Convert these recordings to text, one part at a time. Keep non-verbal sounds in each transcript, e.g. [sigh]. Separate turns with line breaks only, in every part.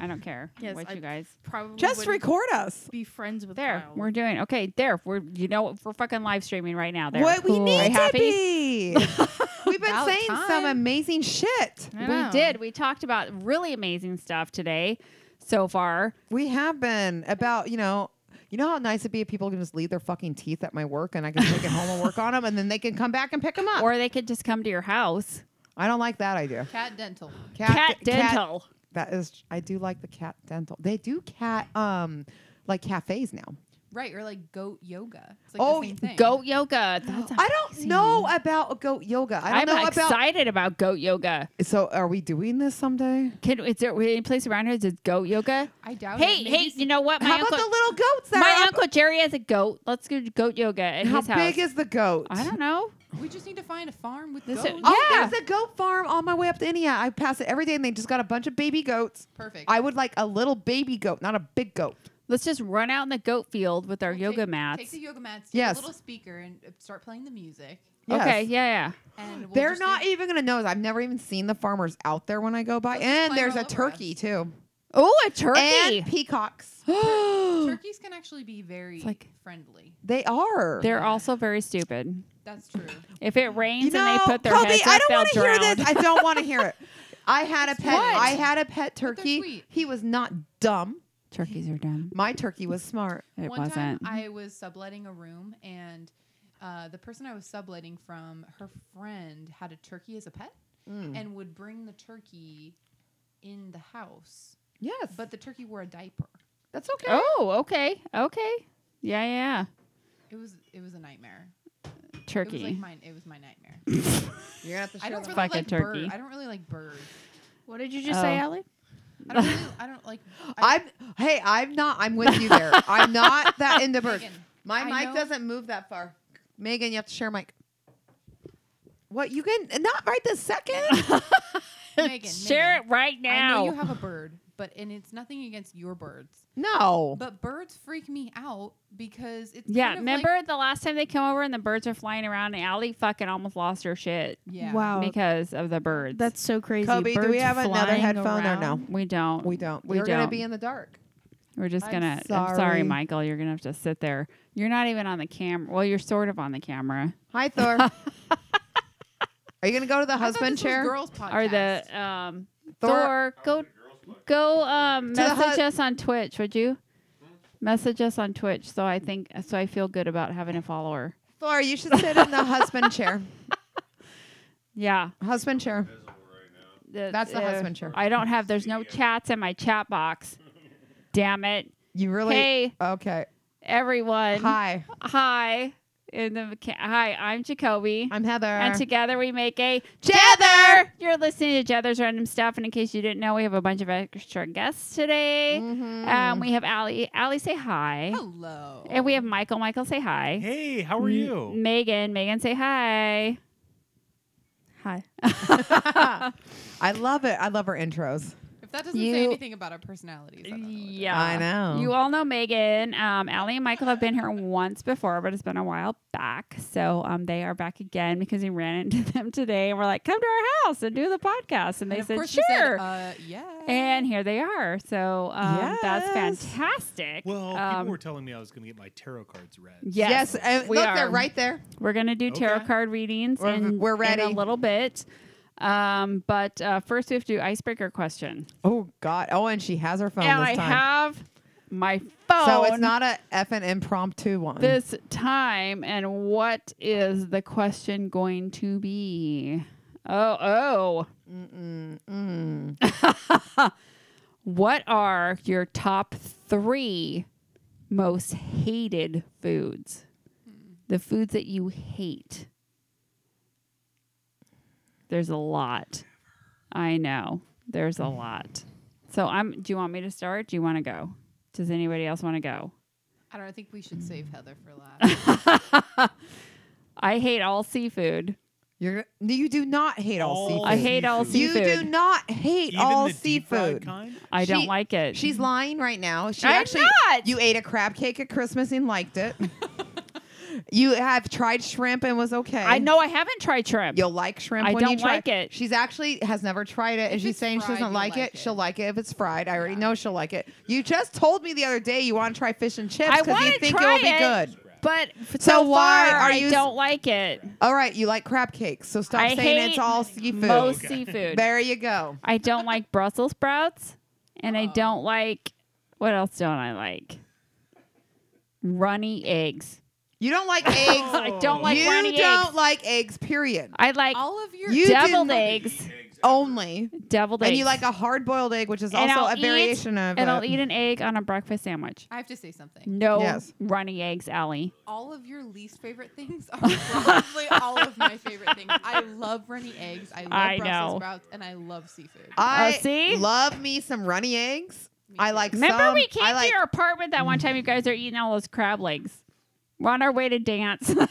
I don't care
Yes,
what
I-
you guys.
Probably
Just
wouldn't
record us.
Be friends with
There,
Kyle.
we're doing okay. There, we're you know what, we're fucking live streaming right now. There,
What we
Cool.
need
Are you
to
happy? [laughs]
be.
We've been
About
saying
time.
some amazing shit.
I
we
know.
did. We talked about really amazing stuff today so far.
We have been about, you know, you know how nice it'd be if people can just leave their fucking teeth at my work and I can take it home and work on them and then they can come back and pick them up.
Or they could just come to your house.
I don't like that idea.
Cat dental.
Cat, dental.
that is, I do like the cat dental. They do cat, um, like cafes now.
Right, or like goat yoga. It's like
Oh,
the same thing.
Goat yoga. That's
I don't know about goat yoga. I
I'm
don't know about.
excited about goat yoga.
So, are we doing this someday?
Can is there any place around here that's goat yoga?
I doubt
Hey,
it. Maybe
hey,
s-
you know what? My
How
uncle,
about the little goats that
my
are up-
uncle Jerry has a goat. Let's go to goat yoga at
How
his house.
big is the goat?
I don't know.
we just need to find a farm with
This is-
goats.
Oh,
Yeah.
there's a goat farm on my way up to India. I pass it every day, and they just got a bunch of baby goats.
Perfect.
I would like a little baby goat, not a big goat.
Let's just run out in the goat field with our
Take-
yoga
Take
mats.
the yoga mats. Take
Yes.
a little speaker and uh, start playing the music.
Yes.
Okay, yeah, yeah.
And
[gasps]
we'll
They're
just
not
leave-
even gonna know. I've never even seen the farmers out there when I go by.
They'll just
And
climb
there's
all
a
over
turkey
us.
too,
Oh, a turkey.
and peacocks.
[gasps]
turkeys can actually be very
e-, like-
friendly.
They are.
They're also very stupid.
That's true.
if it rains
you know,
and they put their
Kobe,
heads up,
I don't
they'll
want to hear
drown.
this. I don't want to hear it. I had a pet.
What?
I had a pet turkey.
sweet.
He was not dumb.
Turkeys are dumb.
My turkey was smart.
It
One
wasn't.
time I was subletting a room and uh, the person I was subletting from, her friend had a turkey as a pet
Hmm.
and would bring the turkey in the house.
Yes, but
But the turkey wore a diaper.
that's okay.
oh, okay, okay. Yeah, yeah.
It was it was a nightmare.
yeah.
It was
Turkey.
like mine it was my nightmare.
You're gonna have to.
I
share
don't
the-
really
Fuck a
like
turkey.
birds. I don't really like birds.
what did you
just
say,
say,
Allie?
I don't really, I
[laughs]
don't like
I'm hey, I'm not. I'm with you there. I'm not that into birds.
Megan,
My
I
mic
know-
doesn't move that far. Megan, you have to share mic. What you can not right this second?
Megan,
Share
Megan,
it right now.
I know you have a bird, but and it's nothing against your birds.
no.
But birds freak me out because it's
yeah,
kind of
remember
like-
the last time they came over and the birds are flying around and Allie fucking almost lost her shit
yeah.
Wow.
because of the birds.
That's so crazy.
Kobe, do
Birds
we have another
flying
headphone or no?
around.
we don't.
We don't.
We
We're
don't.
gonna be in the dark.
We're just
I'm
gonna. I'm sorry,
sorry.
Michael. You're gonna have to sit there. You're not even on the camera. Well, you're sort of on the camera.
Hi, Thor. Are you gonna go to the
I thought
husband
this was
chair?
girls podcast.
Or the um, Thor,
Thor-
go go
[laughs]
um,
To the
message
hu-
us on Twitch, would you? Message us on Twitch, so I think so. I feel good about having a follower.
Thor, you should sit in the husband chair.
Yeah,
Husband chair. That's the husband chair.
I don't have. There's no chats in my chat box. Damn it!
You really
Hey,
okay.
everyone.
Hi,
Hi. In the ca- hi, I'm Jacoby.
I'm Heather.
And together we make a
Jether!
You're listening to Jether's Random Stuff. And in case you didn't know, we have a bunch of extra guests today.
Mhm.
Um, we have Allie. Allie, say hi.
hello.
And we have Michael. Michael, say hi.
Hey, how are
M-
you?
Megan. Megan, say hi.
Hi.
I love it. I love her intros.
if that doesn't
you-
say anything about our personalities, I don't know what does.
Yeah.
I know.
You all know Megan. Um, Allie and Michael have been here once before, but it's been a while back. So um, they are back again because we ran into [laughs] them today and we're like, come to our house and do the podcast. And they
And of
said,
course
sure.
we said, uh, yeah.
And here they are. So um, that's
Yes.
fantastic.
Well,
Um,
people were telling me I was going to get my tarot cards read.
yes,
Yes, and
we
look,
are.
they're right there.
We're going to do tarot
Okay.
card readings
We're-
in,
we're
in
ready.
a little bit. Um, but uh, first, we have to do icebreaker question.
Oh God! Oh, and she has her phone
and
this
I
time.
have my phone
so it's not a effing impromptu one.
this time. And what is the question going to be? Oh, oh.
Mm.
[laughs] What are your top three most hated foods? The foods that you hate. There's a lot. I know. There's a lot. So I'm do you want me to start? Do you want to go? Does anybody else want to go?
I don't think we should save Heather for
[laughs]
last.
I hate all seafood.
You're no, you do not hate all,
All
seafood.
Oh. I hate all
seafood.
you
seafood.
do not hate
Even
all
the deep fried
seafood.
kind?
I don't
She-
like it.
She's lying right now. She
I'm
actually
not! [laughs]
you ate a crab cake at Christmas and liked it. You have tried shrimp and was okay.
I know I haven't tried shrimp.
You'll like shrimp.
I
when you
don't
try-
like it.
She's actually has never tried it, and
If
she's
it's
saying she
fried,
doesn't
you'll
like,
like
it.
it.
She'll like it if it's fried. I already
Yeah.
know she'll like it. You just told me the other day you want to try fish and chips
I
because you
wanna
think
try
it'll be
it.
good.
but f-
So
so
why
far,
are
I
you s-
don't like it.
All right, you like crab cakes, so stop
I
saying it's
hate
all seafood.
Most
Okay.
seafood.
There you go.
I don't like Brussels sprouts, and I
Uh-oh.
don't like. What else don't I like? Runny eggs.
You
[laughs]
don't like eggs.
I don't like
you
runny
don't
eggs.
like eggs. Period.
I like
All of your
You
deviled
didn't-
eggs.
Only.
Deviled eggs.
And you like a hard-boiled egg, which is
And
also
I'll
a
eat-
variation of.
and
a-
I'll eat an egg on a breakfast sandwich.
I have to say something.
No
Yes.
runny eggs, Allie.
All of your least favorite things are [laughs] probably all of my favorite things. I love runny eggs. I love
I
Brussels
know.
sprouts, and I love seafood.
I
Oh, see?
love me some runny eggs.
Me
I
too.
like.
Remember
some,
we came
I like,
to your apartment that one time you guys are eating all those crab legs. We're on our way to dance. [laughs]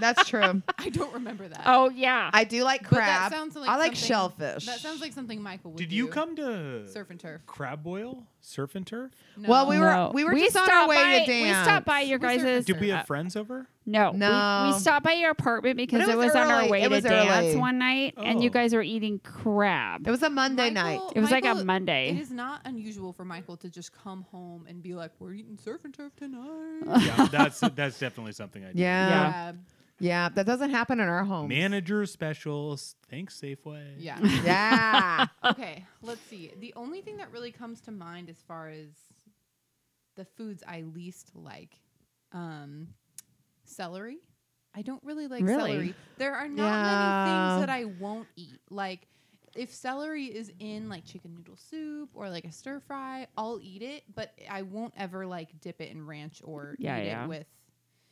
That's true.
[laughs] I don't remember that.
oh yeah.
I do like
But that
crab.
sounds like
I like
something-
shellfish.
That sounds like something Michael would
Did
do.
you come to
surf and turf?
Crab Boil? Surf and Turf?
No.
Well, we were-
No.
were just on our
stopped
way to
by- We
dance.
stopped by your
We started
guys'
Did we
uh,
have friends over?
No. we- We,
No.
stopped by your apartment because
it
it was,
was
on our
early.
way
It
to
was
dance
early.
one night and you
Oh.
guys were eating crab.
it was a Monday night.
Michael-
It was like a
Michael- It
Monday.
is not unusual for Michael to just come home and be like, "We're eating surf and turf tonight."
[laughs] yeah, that's that's definitely something I do.
Yeah. yeah,
[laughs] Yeah.
Crab.
That doesn't happen in our home.
Manager specials. Thanks, Safeway.
Yeah.
[laughs] Yeah.
okay, let's see. The only thing that really comes to mind as far as the foods I least like, um, celery. I don't really like
Really?
celery. There are not
Yeah.
many things that I won't eat. Like if celery is in like chicken noodle soup or like a stir fry, I'll eat it, but I won't ever like dip it in ranch or
Yeah,
eat
yeah.
it with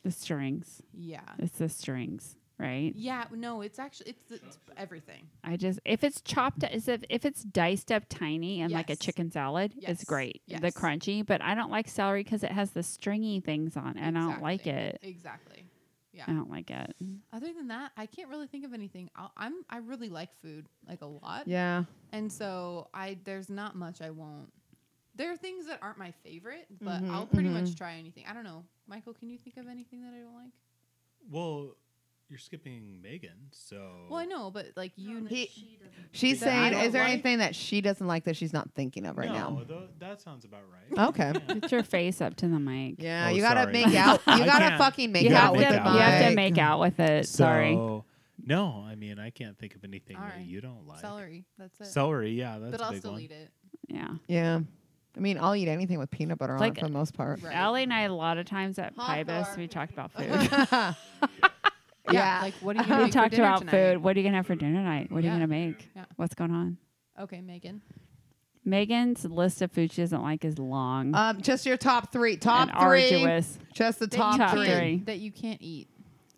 The strings.
yeah.
It's the strings, right?
Yeah, no, it's actually it's, it's everything.
I just if it's chopped is if if it's diced up tiny and like a
Yes.
chicken salad, it's
Yes.
great. The
Yes.
crunchy, but I don't like celery because it has the stringy things on, and I don't like
Exactly.
it.
Exactly. Yeah.
I don't like it.
Other than that, I can't really think of anything. i I'm I really like food like a lot,
yeah.
and so I there's not much I won't. There are things that aren't my favorite, but
Mm-hmm,
Mhm,
I'll pretty much try anything. I don't know, Michael. Can you think of anything that I don't like?
Well, you're skipping Megan, so
Well, I know, but like you,
He- She's
That I
saying,
don't
is there
like?
anything that she doesn't like that she's not thinking of right
no,
Oh,
now?
tho- that sounds about right.
Okay.
Put your face up to the mic.
Yeah,
Oh,
you gotta
sorry.
make
[laughs]
out. You
I
gotta
can't.
fucking make
you,
out
have
with
to,
the
you have to
mic.
make out with it. [laughs] Sorry.
So, No, I mean I can't think of anything
All
that
right.
you don't like.
celery. That's it.
Celery, yeah, that's
but
a
I'll
big
still
one.
eat it.
Yeah.
Yeah, I mean, I'll eat anything with peanut butter on
Like-
it for the most part.
Right.
Allie and I, a lot of times at
Hot
Pybus,
dog.
we talked about food.
[laughs] yeah.
Like what are
[laughs]
you?
we
make for
talked
dinner
about
tonight?
food. What are you going to have for dinner tonight? What are
Yeah.
you going to make?
Yeah.
What's going on?
Okay, Megan.
Megan's list of food she doesn't like is long
Um, just your top three. Top
and
three.
arduous.
Just the
That you
top,
Top
three.
can't-
three.
that you can't eat.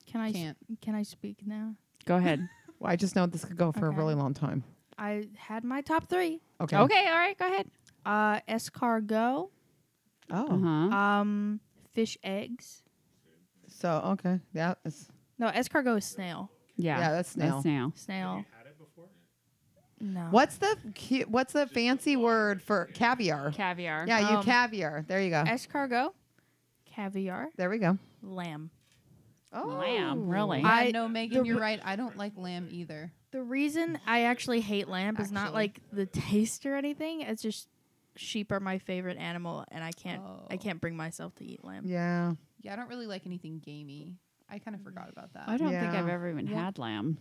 Can I s-
Can't.
can I speak now?
Go ahead.
Well, I just know this could go for a
Okay.
really long time.
I had my top three.
Okay.
okay. All right. Go ahead.
Uh, escargot.
Oh.
Uh-huh.
Uh huh.
Um, fish eggs.
So okay. Yeah. That's,
No, escargot is snail.
Yeah.
yeah, that's snail.
That's snail.
Snail.
Had it before?
No.
What's the cu- what's the fancy word for caviar?
Caviar.
yeah, you
Um,
caviar. There you go.
Escargot, caviar,
There we go.
lamb.
Oh,
Lamb, really?
Yeah,
I-
know, Megan.
the
You're
re-
right. I don't like lamb either.
The reason I actually hate lamb is not
Actually.
like the taste or anything. It's just sheep are my favorite animal, and I can't I
Oh.
can't bring myself to eat lamb.
Yeah.
Yeah, I don't really like anything gamey. I kind of forgot about that.
I don't think I've
Yeah.
ever even
Yeah.
had lamb.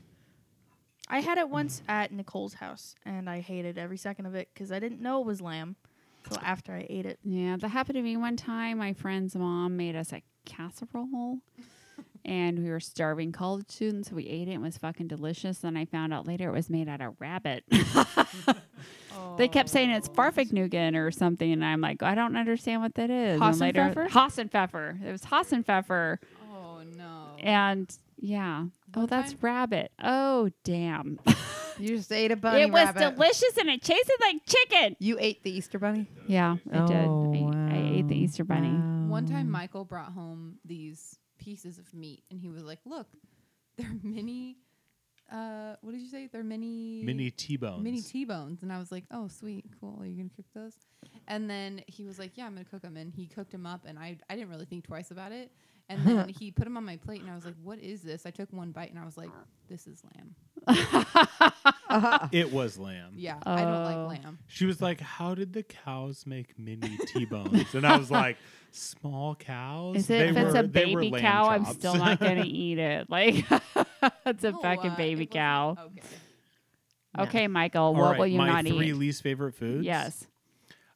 I had it once at Nicole's house, and I hated every second of it because I didn't know it was lamb till after I ate it.
Yeah, that happened to me one time. My friend's mom made us a casserole and we were starving college students, so we ate it and it was fucking delicious. Then I found out later it was made out of rabbit. they kept saying it's Farfignugan or something, and I'm like, I don't understand what that is. And later,
Hassenpfeffer?
Hassenpfeffer. It was Hassenpfeffer.
Oh no.
And yeah. Oh,
One
that's
time-
rabbit. Oh, damn.
You just ate a bunny
it was
rabbit.
delicious and it tasted like chicken.
You ate the Easter bunny.
Yeah, I did. I,
Oh,
I ate the
wow.
Easter bunny.
One
[laughs]
time,
[laughs]
Michael brought home these pieces of meat, and he was like, "Look, they're [laughs] mini uh, what did you say? They're mini
Mini T bones.
mini T-bones, and I was like, oh sweet, cool. Are you gonna cook those? And then he was like, yeah, I'm gonna cook them. And he cooked them up, and I I didn't really think twice about it.
[laughs]
And then he put them on my plate, and I was like, what is this? I took one bite, and I was like, this is lamb.
It was lamb.
Yeah, I don't
Oh.
like lamb.
She was like, "How did the cows make
[laughs]
mini T bones?" And I was like, "Small cows.
Is it, if it's a
they were
baby
lamb
cow, I'm
chops."
still
[laughs]
not going to eat it. Like, [laughs] it's a
Oh,
fucking
uh,
baby
it wasn't-
cow.
Okay.
No.
Okay, Michael,
All
what
right,
will you
my
not
three
eat?
least favorite foods?
Yes.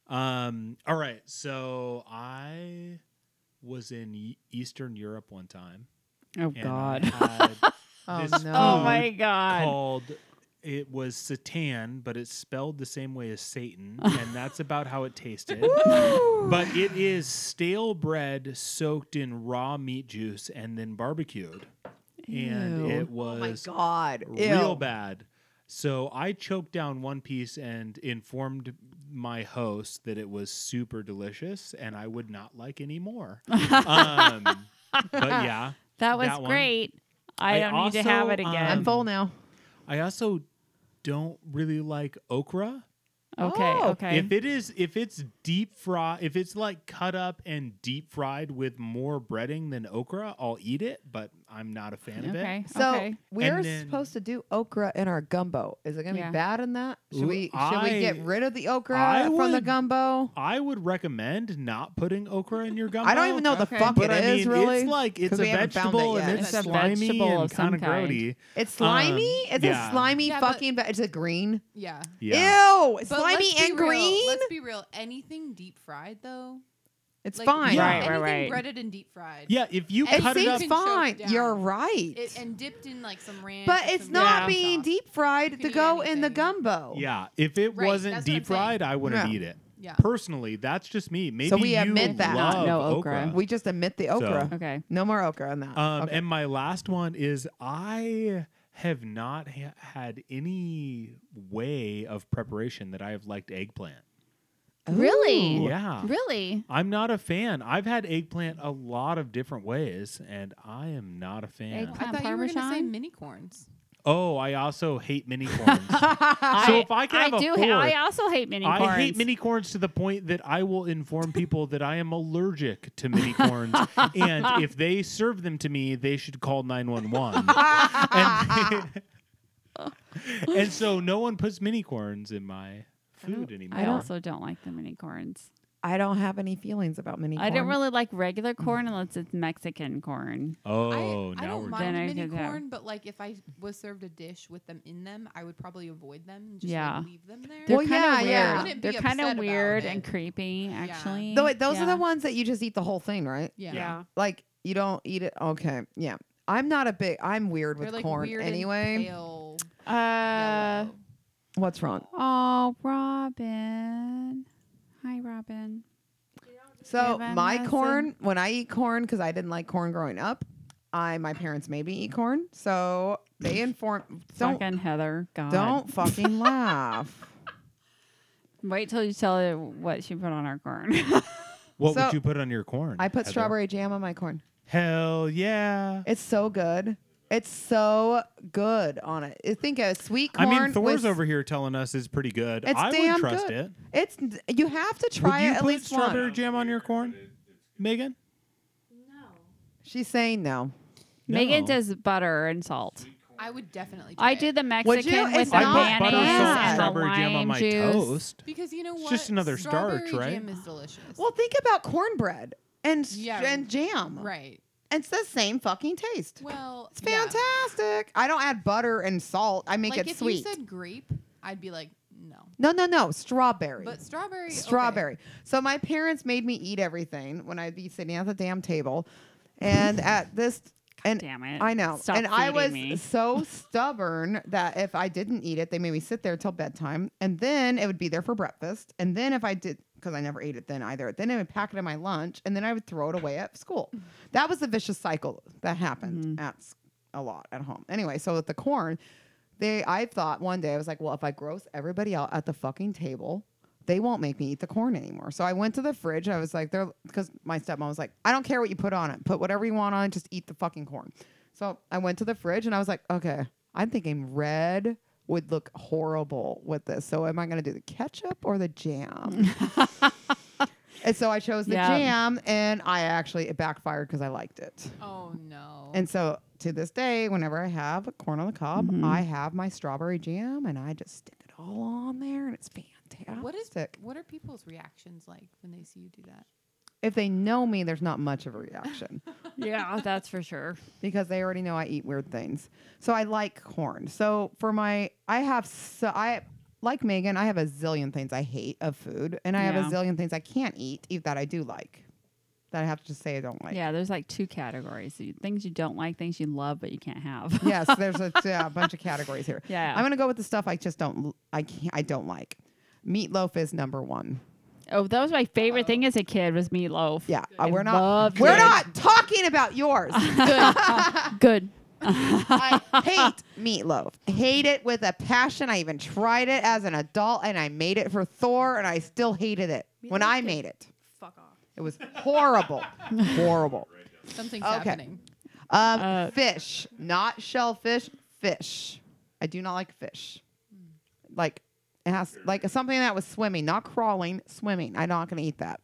Um. All right. So I was in Ye- Eastern Europe one time.
Oh,
and I
God.
had
Oh
This
no.
[laughs] Oh,
food
my God.
called it was Satan, but it's spelled the same way as Satan, and that's about how it
[laughs]
tasted. but it is stale bread soaked in raw meat juice and then barbecued. And
Ew.
it
Oh my
was
god.
real
Ew.
bad. So I choked down one piece and informed my host that it was super delicious and I would not like
[laughs]
any more. um, but yeah,
That was
that one.
great. I,
I
don't need to have
also, um,
it again.
I'm full now.
I also don't really like okra.
okay,
Oh.
okay.
If it is, if it's deep fried, if it's like cut up and deep fried with more breading than okra, I'll eat it, but I'm not a fan of
okay,
it.
So
okay.
we're
And then-
supposed to do okra in our gumbo. Is it gonna
Yeah.
be bad in that? Should
Ooh,
we should we
I-
get rid of the okra
I
from the
would-
gumbo?
I would recommend not putting okra in your gumbo. uh,
I don't even know
Okay.
the fuck it
But I
is
mean,
really.
it's like it's
'cause
a
we haven't found
vegetable
it
and
yet.
it's,
It's a
slimy
vegetable
and
of some
kind of grody.
It's slimy. it's
Um, yeah.
a slimy
Yeah, but-
fucking. But, it's a green.
Yeah.
Yeah,
Ew,
But
slimy
let's be
and
real-
green.
Let's be real. Anything deep fried though,
It's
like,
fine.
Yeah. Right,
right,
anything
right.
breaded and deep fried.
yeah. If you
It
It
cut it up,
seems
You can choke
fine.
down.
You're right.
It, and dipped in like some ranch.
but
or
it's
some
not
brown
being
sauce.
deep
You
fried
can
to
eat
go in the
anything.
gumbo.
yeah. If it
Right,
wasn't
that's what I'm Oh.
deep fried, I wouldn't
Yeah.
eat it.
Yeah.
Personally, that's just me. Maybe
we
you
admit that.
love
No
okra.
okra.
We just omit the okra.
okay.
No more okra on that.
Um,
Okay.
And my last one is I have not ha- had any way of preparation that I have liked eggplant.
Really?
[laughs] Ooh.
Yeah.
Really?
I'm not a fan. I've had eggplant a lot of different ways, and I am not a fan.
I
Eggplant
thought you were gonna say
Parmesan?
mini corns.
Oh, I also hate
[laughs]
mini corns.
I,
if I could have a
do.
fourth-
ha- I also hate mini corns.
I hate mini corns to the point that I will inform people that I am allergic to
[laughs]
mini corns, and if they serve them to me, they should call nine
[laughs]
one one. And and so no one puts mini corns in my food anymore.
I also don't like the mini corns.
I don't have any feelings about mini.
I don't
corn. Mm.
really like regular corn unless it's Mexican corn.
oh,
I, I
now
don't
we're
Then I
mind mini
could have-
corn, but like if I was served a dish with them in them, I would probably avoid them. And just
Yeah.
like, leave them there.
They're
Well,
kind
yeah,
of
yeah.
weird.
Wouldn't be
They're kind
upset
of
about
weird
it.
and creepy, actually.
Though it- those are
Yeah.
the ones that you just eat the whole thing, right?
yeah.
Yeah.
Like you don't eat it. Okay, yeah. I'm not a big. I'm weird
They're
with
like
corn
weird and
anyway.
pale
Uh,
yellow.
What's wrong?
oh, Robin. Hi, Robin.
So
Evan
my
Hansen.
corn, when I eat corn, because I didn't like corn growing up, I my parents made me eat corn. So
[laughs]
they inform. Don't
Fucking Heather. God.
don't
[laughs]
fucking laugh.
Wait till you tell her what she put on her
[laughs]
corn.
What
So-
would you put on your corn?
I put
Heather?
strawberry jam on my corn.
Hell yeah!
It's so good. It's so good on it. I think a sweet
I
corn.
mean, Thor's
with-
over here telling us it's pretty good.
It's
I
damn
would trust
good.
it.
It's you have to try
would you
it at
put
least
strawberry
once.
jam on your corn, Megan?
She's saying no.
Megan
No.
does butter and salt.
I would definitely. Try
I
it.
do the
you?
Mexican with
It's
the
I
not
put
mayonnaise
butter, salt, and
and the
strawberry jam on
lime
my
juice.
toast.
because you know what?
It's just another starch,
Strawberry
right?
Jam is delicious.
Well, think about cornbread and s-
Yeah.
and jam.
right.
It's the same fucking taste.
Well,
It's
yeah.
fantastic. I don't add butter and salt. I make
like
it
if
sweet.
you said grape, I'd be like, no.
no, no, no. Strawberry.
But strawberry. okay.
strawberry. So my parents made me eat everything when I'd be sitting at the damn table, and at this and
Damn it.
I know.
Stop
and I
feeding
was [laughs]
me. [laughs]
so stubborn that if I didn't eat it, they made me sit there till bedtime. And then it would be there for breakfast. And then if I did, because I never ate it then either, then I would pack it in my lunch and then I would throw it away at school.
Mm-hmm.
That was the vicious cycle that happened at s- a lot at home. Anyway, so with the corn, they I thought one day I was like, well, if I gross everybody out at the fucking table, they won't make me eat the corn anymore. So I went to the fridge. I was like, they're because my stepmom was like, I don't care what you put on it. Put whatever you want on it. Just eat the fucking corn. So I went to the fridge and I was like, okay, I'm thinking red would look horrible with this. So am I going to do the ketchup or the
[laughs]
jam? and so I chose the
Yeah.
jam, and I actually it backfired because I liked it.
Oh no.
And so to this day, whenever I have corn on the cob,
Mm-hmm.
Mhm.
I have my strawberry jam, and I just stick it all on there, and it's fantastic.
what is What are people's reactions like when they see you do that?
If they know me, there's not much of
[laughs]
a reaction.
yeah, that's for sure.
because they already know I eat weird things. So I like corn. So for my, I have so I like Megan. I have a zillion things I hate of food, and I have
Yeah.
a zillion things I can't eat eat that I do like. That I have to just say I don't like.
yeah, there's like two categories: You- things you don't like, things you love but you can't have.
[laughs] yes, there's a, yeah, a bunch of categories here.
[laughs] Yeah.
I'm gonna go with the stuff I just don't. l- I can't. I don't like. Meatloaf is number one.
oh, that was my favorite thing as a kid was meatloaf.
Yeah,
I
uh, we're
love
not. We're
it.
not talking about yours.
good.
I hate meatloaf. Hate it with a passion. I even tried it as an adult and I made it for Thor and I still hated it when
Meatloaf
I
is-
made it.
Fuck off.
It was
[laughs]
horrible. horrible.
Something's
Okay.
happening.
Um,
Uh,
fish, not shellfish, fish. I do not like fish.
Hmm.
Like it has like something that was swimming, not crawling, swimming. I'm not gonna eat that.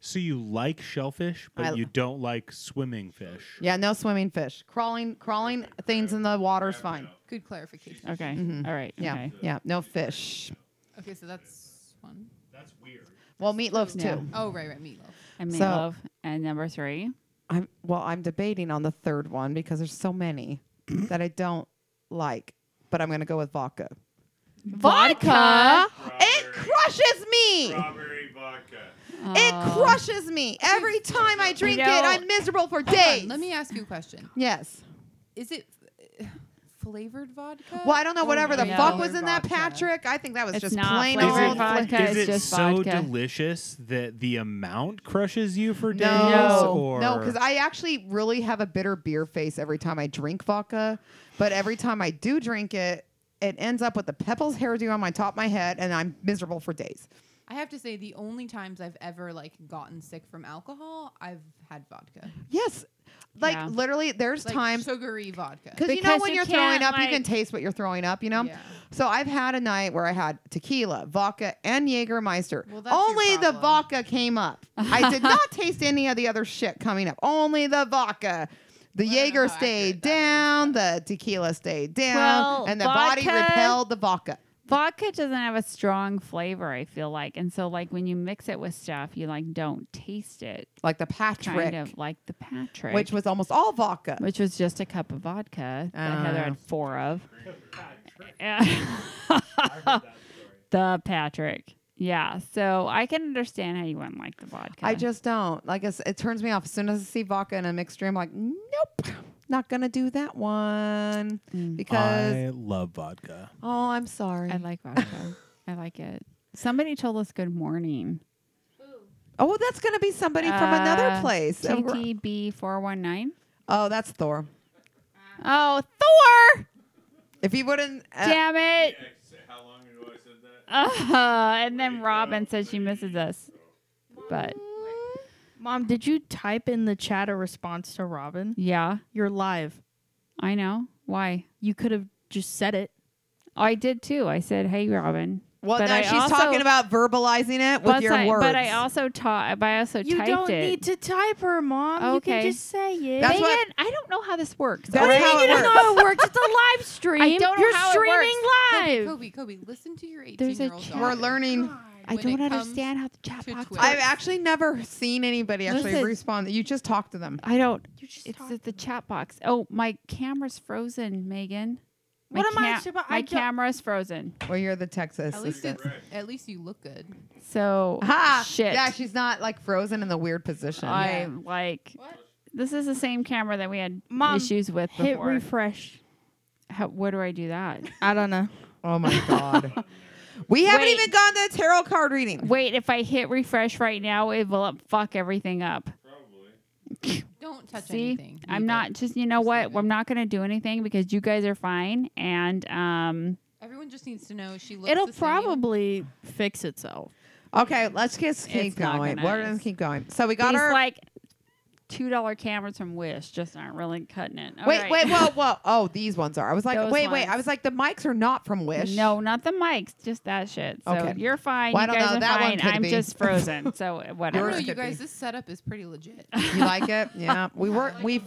So you like shellfish, but
I-
you don't like swimming fish.
Yeah, no swimming fish. Crawling, crawling things in the water's fine.
Good clarification.
Okay. All right.
Mm-hmm. Yeah,
Okay.
yeah, no fish.
Okay, so that's one.
That's weird.
Well, meatloaf's
Yeah.
too.
Oh right, right, meatloaf.
And
So-
meatloaf. and number three.
I'm well, I'm debating on the third one because there's so many that I don't like, but I'm gonna go with vodka.
Vodka.
It crushes me.
Strawberry vodka.
It
Oh.
crushes me every time I drink
You
it.
know-
I'm miserable for
Hold on,
days.
let me ask you a question.
Yes.
Is it uh, flavored vodka?
Well, I don't know
or
whatever the
no.
fuck
regular
was in that,
vodka?
Patrick. I think that was
It's
just
not
plain
flavored
old. fla-
vodka.
Is
it's
it
just
so
vodka.
delicious that the amount crushes you for days?
No,
or
no, because I actually really have a bitter beer face every time I drink vodka, but every time I do drink it, it ends up with the Pepples hairdo on my top of my head, and I'm miserable for days.
I have to say the only times I've ever like gotten sick from alcohol, I've had vodka.
Yes. Like
Yeah.
literally there's
Like
times
sugary vodka.
cuz you know
Because
when
you
you are throwing
can't,
up you
like-
can taste what you're throwing up, you know?
Yeah.
So I've had a night where I had tequila, vodka and Jägermeister.
Well, that's your
Only the
problem.
vodka came up. I did
[laughs]
not taste any of the other shit coming up. Only the vodka. The
Well, I don't know
Jaeger
how
stayed
accurate that
down, the tequila stayed down,
Well,
and the body
vodka-
repelled the vodka.
Vodka doesn't have a strong flavor, I feel like. And so like when you mix it with stuff, you like don't taste it.
Like the
Kind
Patrick,
of like the Patrick.
which was almost all vodka.
which was just a cup of vodka that Heather
Oh.
had four of. [laughs] the Patrick. Yeah. So I can understand how you wouldn't like the vodka.
I just don't. Like it's, it turns me off as soon as I see vodka in a mixed drink. I'm like, nope, not gonna do that one
Mm.
because
I love vodka.
oh, I'm sorry.
I like vodka. I like it. Somebody told us good morning.
oh, that's gonna be somebody from another
Uh,
place. Uh, we're-
TTB four one nine.
Oh, that's Thor.
Oh, Thor!
If he wouldn't, Ah. uh,
Damn it!
Yeah, how long ago I said that?
Uh, and then Robin said she misses us, but
Mom, did you type in the chat a response to Robin?
yeah,
You're live.
I know why.
You could have just said it.
I did too. I said, "Hey, Robin."
well,
But
now
I
she's
also-
talking about verbalizing it with
But
your
I-
words.
But I also taught. But I also
You
typed
don't
it.
need to type her, Mom. You
Okay.
can just say it.
That's
Megan,
what-
I don't know how this works.
That's
Okay?
how it
you
works.
know how it works. It's a live stream.
don't know
You're
how it
streaming
Kobe,
live.
Kobe, Kobe, listen to your 18
There's a
year old
chat.
We're learning.
I
when it
don't
comes
understand how the chat
to
box.
Twitter.
works.
I've actually never seen anybody actually
Listen.
respond. You just talk to them.
I don't.
You just
It's [laughs]
talk
the, the
to them.
chat box. Oh, my camera's frozen, Megan. My
What am I
ca-
suppo- I
My
don't-
camera's frozen.
Well, you're the Texas.
At least
assistant.
it's, at least you look good.
So
Ha!
shit.
Yeah, she's not like frozen in the weird position.
I
Yeah.
like.
What?
This is the same camera that we had
Mom,
issues with
Hit
before.
refresh.
How, where do I do
[laughs]
that?
I don't know.
oh my god. [laughs] We haven't
Wait.
even gone to the tarot card reading.
Wait, if I hit refresh right now, it will up- fuck everything up.
Probably.
Don't touch
See,
anything.
I'm
either.
not just. You know
Just
what?
leave it.
I'm not gonna do anything because you guys are fine, and um,
Everyone just needs to know she looks.
It'll
the same.
probably fix itself.
Okay, let's just keep
It's not
going.
gonna-
We're gonna keep going. So we got
he's
our
like two dollar cameras from Wish just aren't really cutting it. All
wait,
right.
wait, whoa, whoa. Oh, these ones are. I was like,
Those
wait, wait. I
ones.
was like, the mics are not from Wish.
No, not the mics, just that shit. So
Okay.
you're fine.
Well, I
you
don't
guys
know,
are
that one
fine.
could
I'm
be.
just
[laughs]
frozen. So
I don't
whatever.
know,
Yours
you
could
guys.
be.
This setup is pretty
[laughs]
legit.
You
[laughs]
like it? Yeah. We were, we,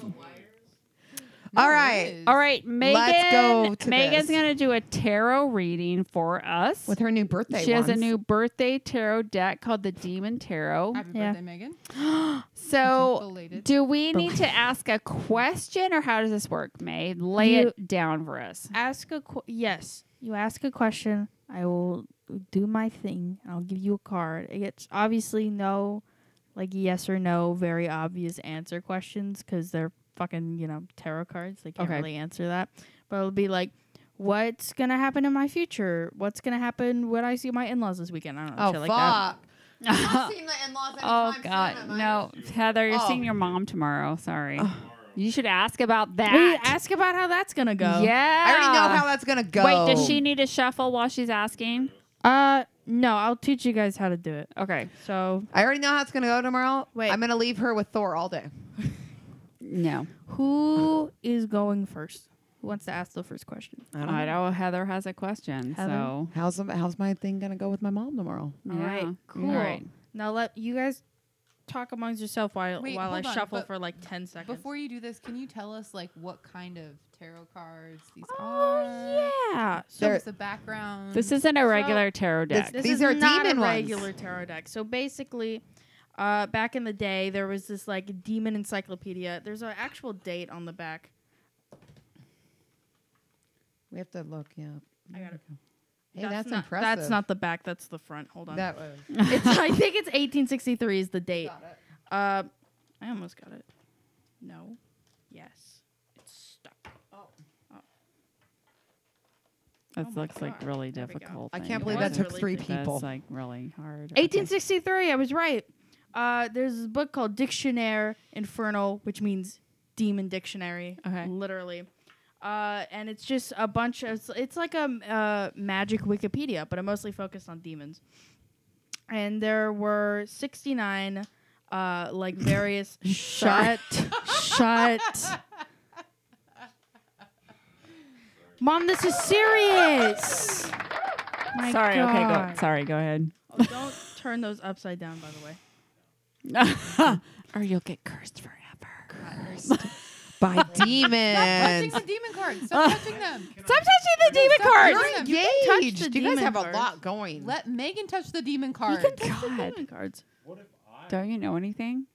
No,
All
it
right.
is.
All right, Megan.
go to
Megan's
this.
gonna do a tarot reading for us.
with her new birthday.
she has a
ones.
new birthday tarot deck called the Demon Tarot.
Happy
Yeah.
birthday, [laughs] Megan.
So,
Belated.
do we need to ask a question, or how does this work, May? Lay it down for us.
Ask a qu- yes. You ask a question. I will do my thing. and I'll give you a card. It's obviously no, like yes or no, very obvious answer questions because they're fucking you know tarot cards. They can't
Okay.
really answer that. But it'll be like, what's gonna happen in my future? What's gonna happen when I see my in-laws this weekend? I don't know.
Oh,
shit
fuck.
like that.
oh
seen the in-laws
God, no, Heather, you're seeing your mom tomorrow. Sorry, Oh. you should ask about that.
We ask about how that's gonna go.
Yeah,
I already know how that's gonna go.
Ah. Wait, does she need to shuffle while she's asking?
Uh, no, I'll teach you guys how to do it.
Okay,
So
I already know how it's gonna go tomorrow.
Wait.
I'm gonna leave her with Thor all day.
no,
Who is going first? Who wants to ask the first question?
I
I,
don't know.
know Heather has a question.
Heather?
So,
How's how's my thing gonna go with my mom tomorrow?
yeah.
All right, cool.
All right.
Now let you guys talk amongst yourself while
Wait,
while I
hold on,
shuffle
but
for like ten seconds.
Before you do this, can you tell us like what kind of tarot cards these are?
oh yeah, so
Show
They're-
us the background.
This isn't a
So-
regular tarot
This-
deck.
this
These
is
are
not
demon
a
ones.
regular tarot deck. So basically, uh, back in the day, there was this like demon encyclopedia. There's an actual date on the back.
We have to look. Yeah.
I got it.
Hey, that's,
not,
impressive.
That's not the back. That's the front. Hold on.
that.
[laughs]
It's- I think it's 1863 is the date. Uh, I almost got it. No. Yes. It's stuck.
This
Oh my
looks like
God.
really
There we go.
difficult.
I
thing
can't
to
believe
work
that
It was
took
through.
really
three
That's,
people.
like really hard. Okay.
1863. I was right. Uh, there's a book called Dictionnaire Infernal, which means demon dictionary.
Okay.
Literally. Uh, and it's just a bunch of it's- it's like a um, uh, magic Wikipedia, but I'm mostly focused on demons. And there were 69 uh, like various shut
[laughs]
shut. Mom, this is serious. My
Sorry. Okay.
God.
Go. Sorry. Go ahead.
Oh, don't turn those upside down, by [laughs] the way.
or you'll get cursed forever.
[laughs]
by
Stop touching
demons.
the demon cards. Stop
[laughs] Uh,
touching them.
Stop touching the demon
stop
card.
doing
[laughs] You're
them. You can touch
engaged.
the
You guys
demon
have a
cards.
lot going.
Let Megan touch the demon
You
card.
can touch the
God.
demon cards.
What if I
Don't you know
[laughs]
anything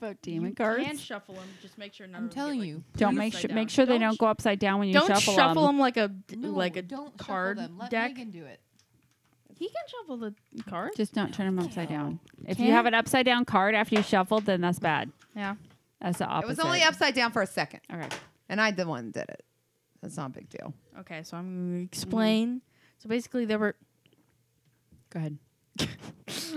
about demon
you
cards?
can shuffle them. Just make sure none
I'm
of them get,
telling
like-
you.
don't
Please
make
upside
sure
down.
make sure they
Don't
don't
sh-
go upside down when you
don't
shuffle,
shuffle,
them.
them like a d-
No,
like a
don't shuffle
card
them. Let
deck.
Megan do it.
He can shuffle the card.
Just don't turn them upside down. If you
Can't.
have an upside down card after you shuffled, then that's bad.
Yeah.
That's the opposite.
it was only upside down for a second,
Okay.
and I the one did it. That's not a big deal.
Okay, so I'm gonna explain. So basically, there were [laughs]
Go ahead.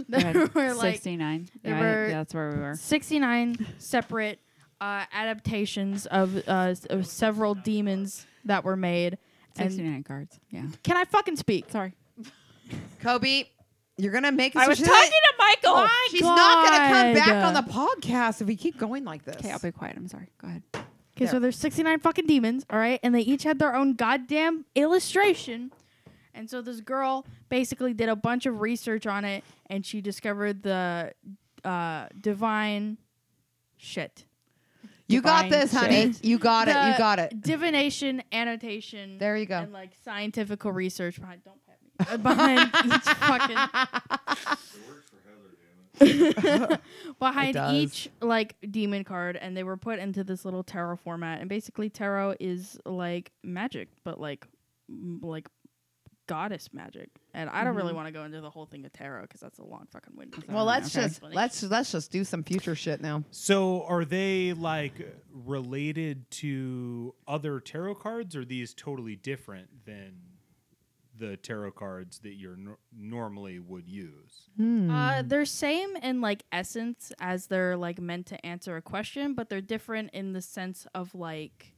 there were like
69.
there
Yeah, I-
were-
that's where we were.
69 separate uh, adaptations of, uh, s- of several demons that were made. And
69 cards. Yeah.
can I fucking speak?
Sorry.
Kobe, you're gonna make. us
I was
shit?
talking to Michael.
"Oh She's not gonna come back
God.
on the podcast if we keep going like this.
Okay, I'll be quiet. I'm sorry. Go ahead.
Okay, so
There.
there's 69 fucking demons, all right? And they each had their own goddamn illustration. And so this girl basically did a bunch of research on it and she discovered the uh, divine shit.
you got
Divine
this, honey. You got it. You
The
got it.
Divination, annotation,
There you go.
and like scientific research behind, don't pat me, [laughs] uh, behind each fucking
it works for Heather, damn it.
behind
does.
each like demon card and they were put into this little tarot format and basically tarot is like magic but like m- like goddess magic and i don't really want to go into the whole thing of tarot because Mm-hmm. that's a long fucking window
Well, let's
Oh, Okay.
just let's let's just do some future shit now.
So are they like related to other tarot cards? Or are these totally different than the tarot cards that you're nor normally would use?
uh,
mm.
they're same in like essence as they're like meant to answer a question but they're different in the sense of like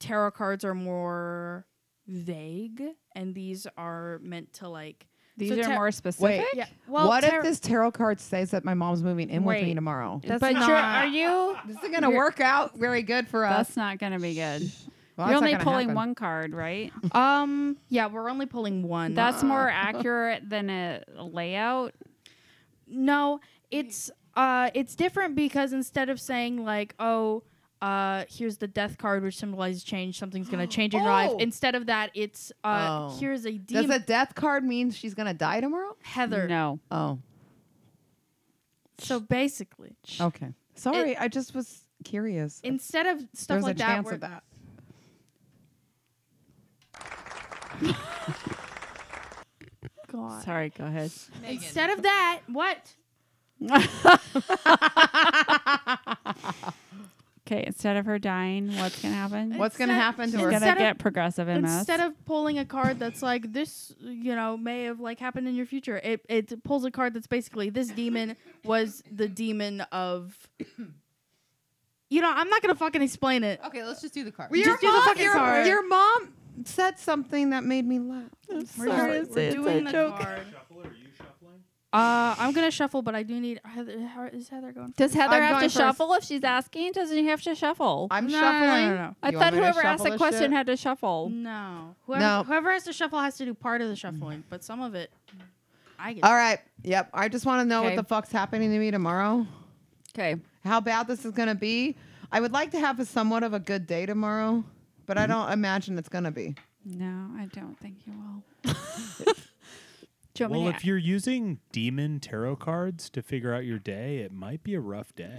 tarot cards are more vague and these are meant to like
These
So
are
Ter-
more specific.
Yeah. Well,
what
Ter-
if this tarot card says that my mom's moving in with me
Wait.
tomorrow?
That's
But
not,
you're-
are
are
you?
[laughs] This is gonna work out very good for
[laughs]
us.
That's not going to be good.
Well,
You're
that's not
only
gonna
pulling
happen.
one card, [laughs] right?
Um. Yeah, we're only pulling one.
That's [laughs] more accurate than a layout.
no. It's uh. It's different because instead of saying like, oh, uh, here's the death card which symbolizes change, something's
[gasps]
gonna change in your life.
Oh.
Instead of that, it's uh,
Oh.
here's a
Does
demon.
a death card mean she's gonna die tomorrow?
Heather.
No.
Oh,
So basically,
okay. Sorry, I just was curious. if
instead of
Oh, there
stuff
was
like
a
that,
chance
we're,
of that.
God.
Sorry, go ahead.
Megan.
Instead of that, what?
Okay, instead of her dying, what's going to happen?
What's gonna
Instead-
happen to
She's going
her?
to
Instead of-
get progressive MS.
Instead of pulling a card that's like this, you know, may have like happened in your future. It it pulls a card that's basically this demon was the demon of. [coughs] You know, I'm not gonna fucking explain it.
okay, let's just do the card.
Well,
Just do the fucking
your,
card.
your mom said something that made me laugh.
We're, just-
sorry,
we're
it's- it's a
doing the
joke.
card.
Shuffle or are you shuffling?
Uh, I'm gonna shuffle, but I do need. Heather, how, is Heather going?
Does Heather
I'm
have to
going first.
shuffle if she's asking? Doesn't she have to shuffle?
I'm
No, no, no,
shuffling.
no, no.
I
You want
thought
me to
whoever asked
shuffle
the
this
question
shit?
had to shuffle.
No. Whoever,
No.
whoever has to shuffle has to do part of the shuffling, but some of it, I get.
All right. Yep. I just want to know
Okay.
what the fuck's happening to me tomorrow.
Okay.
How bad this is gonna be. I would like to have a somewhat of a good day tomorrow, but
Mm-hmm.
I don't imagine it's gonna be.
No, I don't think you will. [laughs] Do you want me
Well,
to-
if you're using demon tarot cards to figure out your day, it might be a
[laughs]
rough day.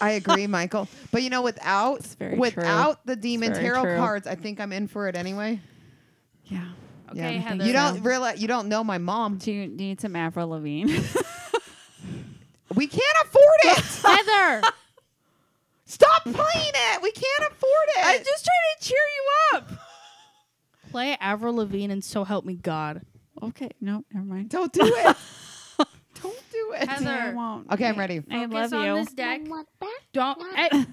I agree, Michael. [laughs] But you know, without
It's very
without the demon
It's very
tarot
true.
cards, I think I'm in for it anyway.
yeah.
okay,
Yeah.
Heather.
You don't realize you don't know my mom.
Do you need some Avril Lavigne?
We can't afford
[laughs]
it.
Heather.
Stop playing it. We can't afford it.
I'm just trying to cheer you up.
Play Avril Lavigne and So Help Me God.
Okay. No, never mind.
don't do it. don't do it.
Heather.
I won't.
Okay, I'm
I-
ready.
I love
Focus on
you.
this deck. Don't eh,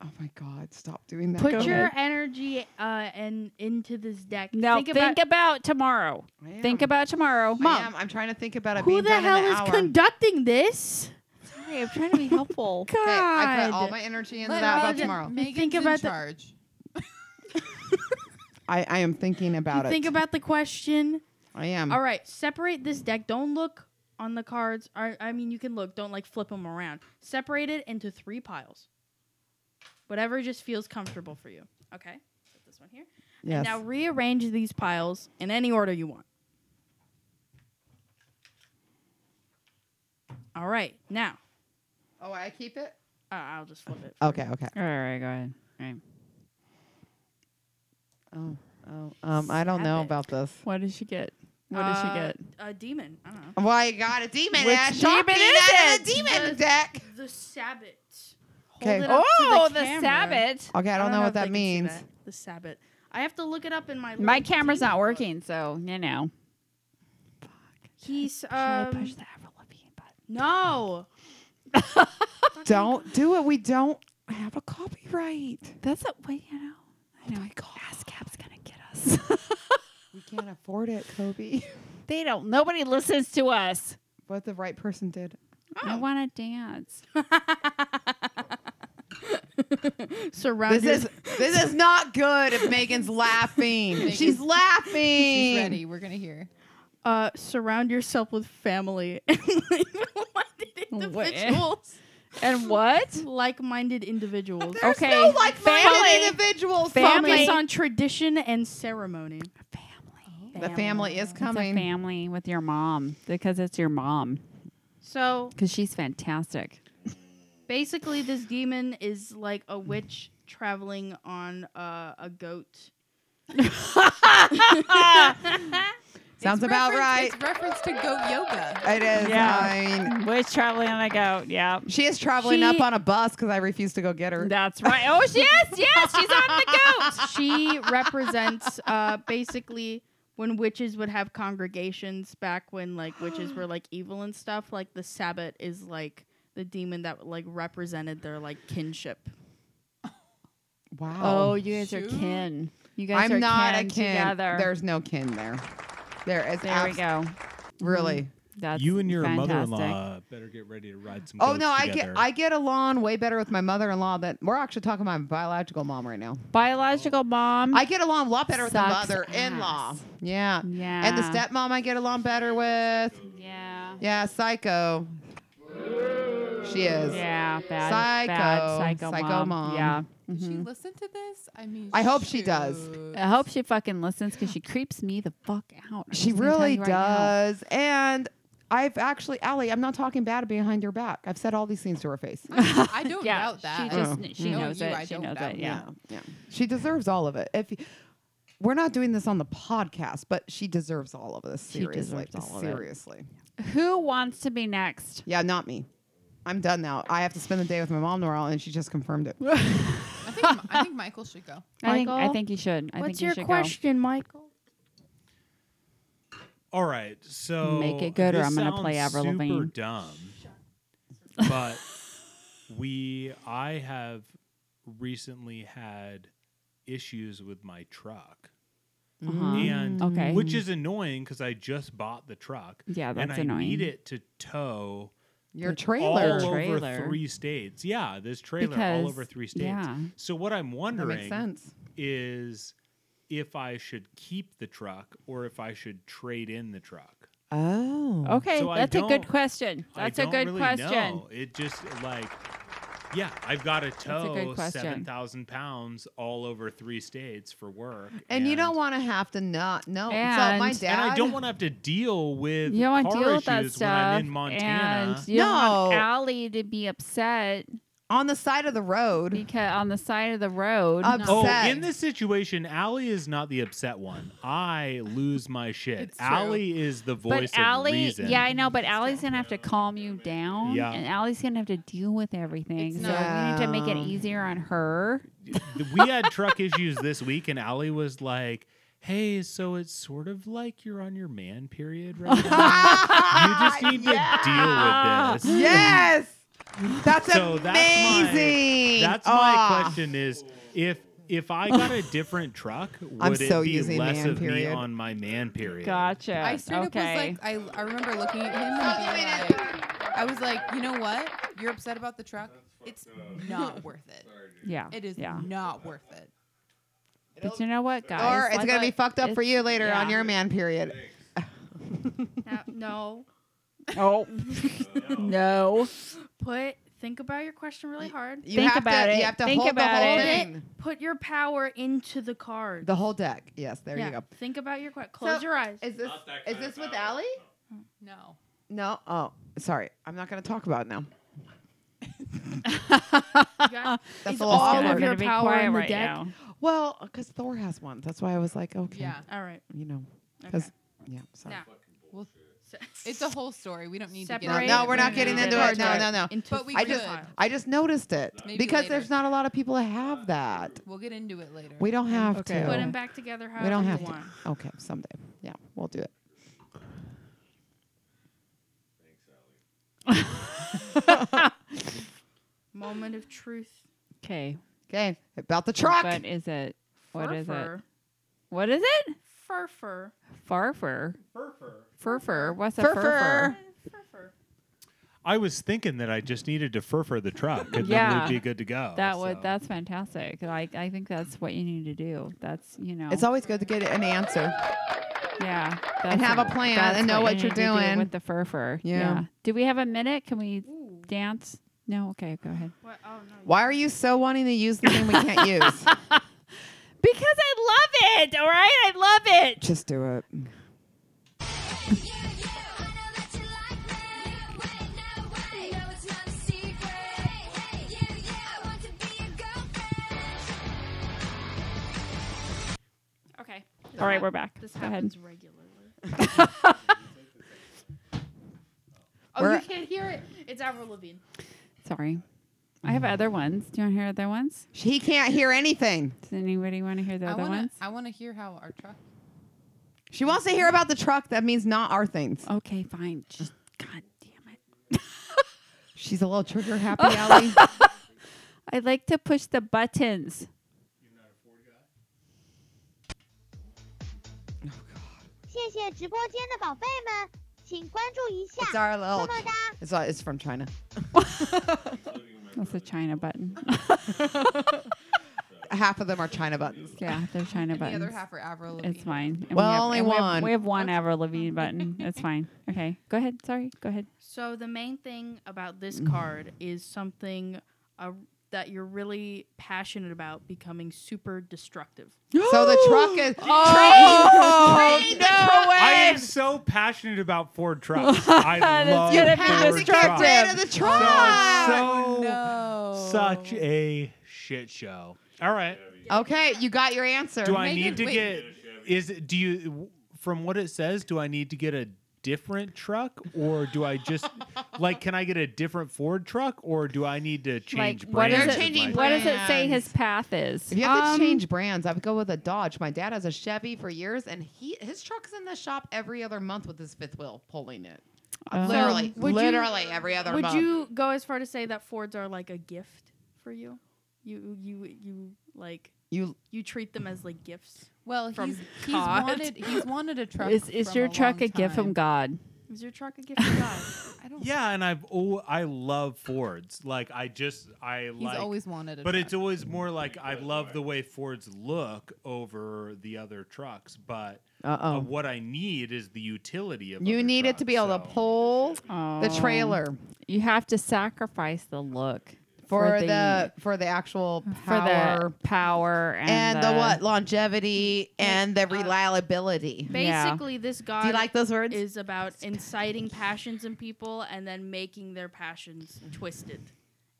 Oh my god, stop doing that.
put
Go
your
ahead.
energy uh and into this deck.
Now think,
about,
about, tomorrow.
I am.
Think about tomorrow.
I am. I'm trying to think about it.
who
being
the
done in
hell
an
is
hour.
conducting this.
Sorry, I'm trying to be helpful.
God,
Okay, I put all my energy into
Let
that about
Megan-
tomorrow.
Megan's
Think
in
about the-
charge.
I, I am thinking about it. Mm.
think about the question.
I am.
All right, separate this deck. Don't look on the cards. I, I mean, you can look. Don't like flip them around. Separate it into three piles. Whatever just feels comfortable for you. Okay, put this one here.
Yes.
Now rearrange these piles in any order you want. All right, now
oh, I keep it.
uh, I'll just flip it.
Okay. Okay.
[laughs] All right, go ahead. All right.
Oh. Oh. Um. I don't
Stop
know
it.
about this.
What did she get? What did she
Uh,
get?
A demon. I don't know.
Why you got a demon?
Which
ass
demon
shocking
is
that
it?
in A demon
The-
deck.
The Sabbat.
Okay.
Hold it up to
Oh, the,
camera.
Sabbath.
Okay. I don't, know,
if
what
they
that
can see
means.
that. The Sabbath. I have to look it up in my.
My
little
camera's
Kindle
not
book.
working, so you know.
He's
Should I
um.
push the Avril Lavigne button?
No.
Don't do it. We don't have a copyright.
That's a way, you know. I know. ASCAP's gonna get us. [laughs]
We can't afford it, Kobe. [laughs]
they don't. Nobody listens to us.
but the right person did.
I want to dance.
Surrounded.
This is this is not good. If Megan's laughing, she's laughing.
She's ready. We're gonna hear.
uh. Surround yourself with family [laughs] and like-minded
What?
individuals.
And [laughs] what?
Like-minded individuals.
There's
Okay,
no like
family.
family individuals.
Family.
Kobe.
Focus on tradition and ceremony.
Family.
The family is coming.
It's a family with your mom because it's your mom
So
because she's fantastic.
basically, this demon is like a witch traveling on uh, a goat.
Sounds
It's
about
reference-
right.
It's reference to goat yoga.
It is.
Yeah.
I mean,
Which traveling I go? Yeah.
she is traveling
She-
up on a bus because I refuse to go get her.
That's right. Oh, she is. Yes, she's on the goat.
[laughs]
she represents uh, basically when witches would have congregations back when like witches were like evil and stuff like the sabbat is like the demon that like represented their like kinship
Wow.
[laughs] Oh, you guys are
shoot.
kin. You guys
I'm
are
not a
kin
kin.
together.
There's no kin there. There is
There we
abs-
go.
Really.
That's
you and your
fantastic.
mother-in-law better get ready to ride some.
Oh
goats
no, I
together.
get I get along way better with my mother-in-law than we're actually talking about my biological mom right now.
Biological mom.
I get along a lot better with my
Sucks
mother-in-law.
ass.
Yeah.
yeah.
And the stepmom I get along better with.
Yeah.
Yeah, psycho. She is.
Yeah. Bad.
Psycho.
Bad psycho,
Psycho
mom.
mom.
Yeah.
Does she
Mhm.
listen to this? I mean,
Mm-hmm. I hope she does.
shoot.
I hope she fucking listens because she creeps me the fuck out. I'm
She
just gonna tell
really
you right now.
does. And I've actually, Allie, I'm not talking bad behind your back. I've said all these things to her face.
[laughs] I don't
yeah,
doubt that.
She just
Oh.
she
No,
knows
you,
it.
I
she
don't
knows
doubt
it. Yeah.
yeah. She deserves all of it. If we're not doing this on the podcast, but she deserves all of this.
She
Seriously,
deserves all of it.
seriously.
Who wants to be next?
Yeah, not me. I'm done now. I have to spend the day with my mom tomorrow, and she just confirmed it.
I think Mi-
[laughs]
I think Michael should go.
I think I
Michael,
think you should. I
What's
think you
your
should
question, Michael?
All right, so
Make it good or
this
I'm gonna play
sounds
Avril
super
Lavigne.
Dumb, but [laughs] we I have recently had issues with my truck,
go. [laughs] Uh-huh.
and
Okay.
which is annoying because I just bought the truck.
Yeah,
and
that's
I
annoying.
need it to tow
Your
all
trailer.
Trailer.
over three states. Yeah, this trailer
Because-
all over three states.
yeah.
So what I'm
that
wondering
makes sense.
is if I should keep the truck or if I should trade in the truck.
Oh.
Okay,
So I
that's a good
don't-
question.
I
That's a
don't
good
really
question.
know. It just like, yeah, I've got to
a good
tow
question.
seven thousand pounds all over three states for work,
And, you don't want to have to not know. so my
And-
dad.
And I don't want to have to deal with
You don't want to
car
deal with
issues
that
when
stuff.
I'm in Montana.
And you don't want
No.
Allie to be upset
on the side of the road.
because on the side of the road.
Upset.
Oh,
Sad.
in this situation, Allie is not the upset one. I lose my shit.
It's true.
Allie is the voice
but Allie,
of reason.
yeah, I know, but Allie's gonna have to calm you down.
Yeah.
And Allie's gonna have to deal with everything.
It's
so we need to make it
not-
easier on her.
we had truck issues this week, and Allie was like, "Hey, so it's sort of like you're on your man
[laughs]
period right now.
[laughs]
you just need to deal with this."
Yes. That's
So that's my-
amazing.
That's
Aw.
my question: is if if I got a different truck, would
[laughs] I'm
it
so
be
using
less
man
of
period.
me on my man period?
Gotcha.
I straight
okay.
up was like, I, I remember looking at him and being like, I was like, you know what? You're upset about the truck. It's not worth it.
Sorry, dude.
yeah.
It is
Yeah.
not worth it.
But you know what, guys?
Or it's
Why
gonna be
not-
fucked up for
it's-
you later on
yeah.
your man period.
Now- no.
Oh [laughs] no.
Put think about your question really hard.
You
Think
have
about
to,
it.
You have to
Think
hold the
about
whole
it.
thing.
Put your power into the card.
The whole deck. Yes, there
yeah.
you go.
Think about your question. Close
So-
your
[laughs]
eyes.
Is this
Not that
is
kind of
this with
power.
Allie?
No.
No. Oh, sorry. I'm not gonna talk about it now.
You got-
That's
It's
a little
all
All
of
of
awkward.
your
your power
power in the
right
deck.
now.
Well, because Thor has one. That's why I was like, okay,
Yeah.
all right.
you know,
Okay.
because yeah, sorry.
Now,
It's a whole story. We don't need to
Separate
get
No, we're not
and
getting into
divide
it. No, no, no.
into
But we
I just,
could.
I just noticed it
Maybe
because
later.
there's not a lot of people that have that.
We'll get into it later.
We don't have
Okay.
put
Put
them
him
to.
back together. However
We don't
you
have to.
want.
Okay, someday. Yeah, we'll do it.
Moment of truth.
Okay.
Okay, about the truck.
What is it? What is it?
Furfur.
What is it?
Furfur.
Farfur. Furfur. What's a
Furfur.
furfur?
Furfur.
I was thinking that I just needed to furfur the truck, and
Yeah.
then we'd be good to go.
That would
so.
that's fantastic. Like I think that's what you need to do. That's you know
It's always good to get an answer.
yeah.
and
that's
have a
what-
plan
that's
and know what
you
you're
need to do
doing.
with the furfur.
Yeah.
Do we have a minute? Can we
Ooh.
dance? No. Okay. Go ahead.
What? Oh no.
Why are you so wanting to use the thing we can't
[laughs]
use?
Because I love it. All right. I love it.
Just do it.
Okay.
All right. We're back.
This
go ahead.
happens regularly. [laughs] oh,
We're-
you can't hear it. It's Avril Lavigne.
Sorry. I have other ones. Do you want to hear other ones?
He can't hear anything.
Does anybody want to hear the
I
other
want
ones?
to. I want to hear how our truck.
She wants to hear about the truck. That means not our things.
Okay. Fine. Just God damn it.
She's a little trigger
[laughs]
happy, Allie.
I like to push the buttons.
You're not a Ford guy?
He 谢谢直播间的宝贝们，请关注一下
It's，our
么
little.
么哒。
It's, uh, it's from China.
including my
That's the
brother.
China button.
Half of them are China
[gasps]
buttons.
yeah, they're China
And the
buttons.
other half are Avril Lavigne.
It's mine. And
Well,
we have,
only
and we have-
one.
We have, one Avril Lavigne button. It's fine. Okay, go ahead. Sorry, go ahead.
So the main thing about this card is something uh, that you're really passionate about becoming super destructive.
So the truck is.
Oh,
Train, train, no
I am so passionate
[laughs]
about Ford trucks. I love
gonna be
Ford
Have to get
destructive. Oh,
trucks.
rid of the truck.
So,
no.
such a shit show. All right.
Okay, you got your answer.
Do I
Megan,
need to
wait.
get is it do you from what it says do I need to get a different truck or do
[laughs]
I just like can I get a different Ford truck or do I need to change
what
brands?
is
They're
it?
with
changing
my-
What does it say
brands.
his path is?
If you have
Um,
to change brands, I would go with a Dodge. My dad has a Chevy for years, and he his truck's in the shop every other month with his fifth wheel pulling it.
Oh.
literally,
would you-
literally every other
Would
month.
you go as far to say that Fords are like a gift for you? You you you like
You-
you treat them as like gifts.
Well,
From
he's, he's
God.
wanted he's
[laughs]
wanted a truck.
is is
from
your
a
truck
long
a gift
time.
from God?
Is your truck a gift from
[laughs]
God?
I don't.
Yeah, and I've oh I love Fords. Like I just I
He's
like
always wanted a
but
truck.
it's always more like I love the way Fords look over the other trucks, but
Uh
uh,
oh.
what I need is the utility of
You
other
need it to be able
trucks,
to
so-
pull the
Oh.
trailer
You have to sacrifice the look
for, the, for the actual power
for the power and,
and the, what longevity and the
Uh,
reliability.
Yeah.
Basically, this God
Do you like those words?
is about inciting passions in people and then making their passions
Mm.
twisted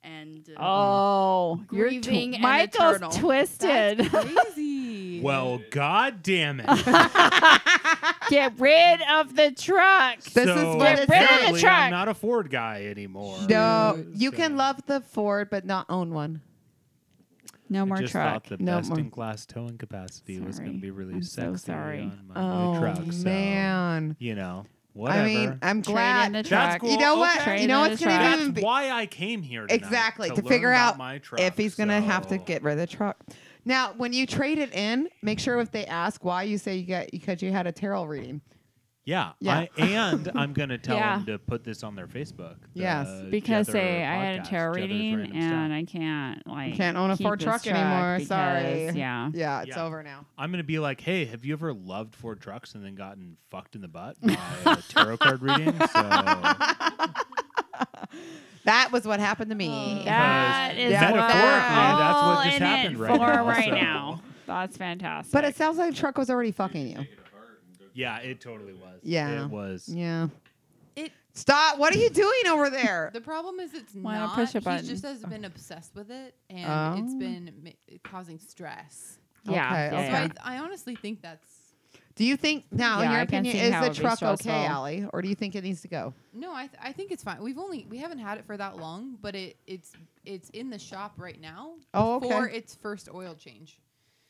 and uh,
Oh, you're
Grieving and
Michael's
eternal.
twisted.
crazy.
Well, god damn it.
[laughs] Get rid of the truck.
This is
so
what it
apparently
says.
I'm not a Ford guy anymore.
No, you
So-
can love the Ford, but not own one.
No more
I just
truck.
thought the
No
best
more.
in class towing capacity was going
Sorry.
to be really
I'm so
sexy
sorry.
on my
Oh
new truck. So,
man,
you know, whatever.
I mean, I'm
Trade in
glad.
the
That's
truck.
cool.
You know what?
Okay.
You know
Trade
what's
in
gonna
the truck.
even
That's
be-
why I came here. tonight,
Exactly,
to,
to
learn
figure
about
out
my truck,
if he's gonna have to
so-
get rid of the truck. Now, when you trade it in, make sure if they ask why you say you got because you had a tarot reading.
Yeah,
Yeah.
I,
[laughs]
and I'm going to tell
Yeah.
them to put this on their Facebook. the
Yes.
because
Jether
say I had a
podcast,
tarot
Jether's
reading
Random
and
Stuff.
I can't like
Can't own a
keep
Ford
this
truck anymore, sorry.
because- Yeah.
Yeah, it's
Yeah.
over now.
I'm gonna be like, hey, have you ever loved Ford trucks and then gotten fucked in the butt by a tarot card reading? So
That was what happened to me.
Oh, That is
Yeah,
what
metaphorically, that's what
all
just
in it
happened right
for
now,
right
so.
now. That's fantastic.
but it sounds like the truck was already fucking you.
Take it to heart and go
yeah, it totally was.
Yeah.
it was.
Yeah.
It-
Stop. What are you doing over there?
The problem is it's
Why not
not.
push a button?
He just has been obsessed with it, and it's
Oh.
been ma- causing stress.
yeah.
Okay,
yeah,
So
yeah.
I, I honestly think that's
Do you think now, in
Yeah,
your
I can
opinion,
see
is
how
the
it'd be
truck
stressful.
okay, Allie, or do you think it needs to go?
no. I, th- I think it's fine. We've only we haven't had it for that long, but it it's it's in the shop right now.
Oh, okay.
For its first oil change.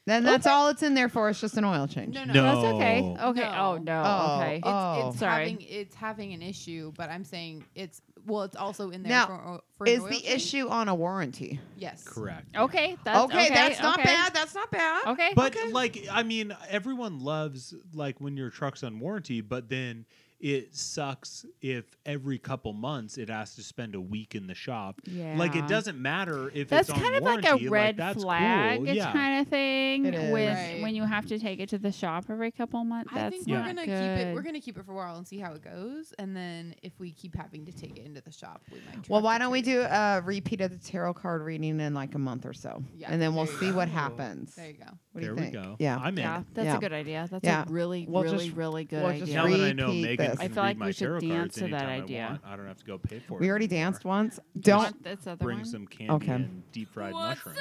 Then that's all it's in there for. It's just an oil change.
No, no,
No.
That's okay. Okay.
No.
Oh no.
Oh,
okay.
oh.
It's, it's
Sorry.
having it's having an issue, but I'm saying it's well, it's also in there
Now,
for, o- for an
Is
oil
the
change.
issue on a warranty?
Yes,
Correct.
okay. That's
Oh. okay, that's not
okay.
bad. That's not bad.
Okay.
But like, I mean, everyone loves like when your truck's on warranty, but then it sucks if every couple months it has to spend a week in the shop. Like
Yeah.
it doesn't matter if
that's
it's on
kind of like
warranty.
a red
that's
flag
Cool. Yeah.
kind of thing
It is.
with
Right.
when you have to take it to the shop every couple months.
I
That's
think we're
not
gonna
good.
keep it. We're gonna keep it for a while and see how it goes, and then if we keep having to take it into the shop, we might. try
Well,
to
why don't we
trade
do a repeat of the tarot card reading in like a month or so?
Yeah,
and then we'll
there you
see
go.
what happens.
it. There you go.
What do
there
you
we
think?
go.
Yeah.
I'm in.
yeah, that's
Yeah.
a good idea. That's
Yeah.
a really,
We'll
really,
just-
really good
we'll just
idea.
Now that I know
Repeat
Megan
this.
can
I feel
read
like
my
we should
tarot
dance
cards
to that
anytime I
idea.
want, I don't have to go pay for it.
we already
anymore.
danced once.
You
Don't.
want this other
Bring
one?
some candy
Okay.
and deep fried mushrooms.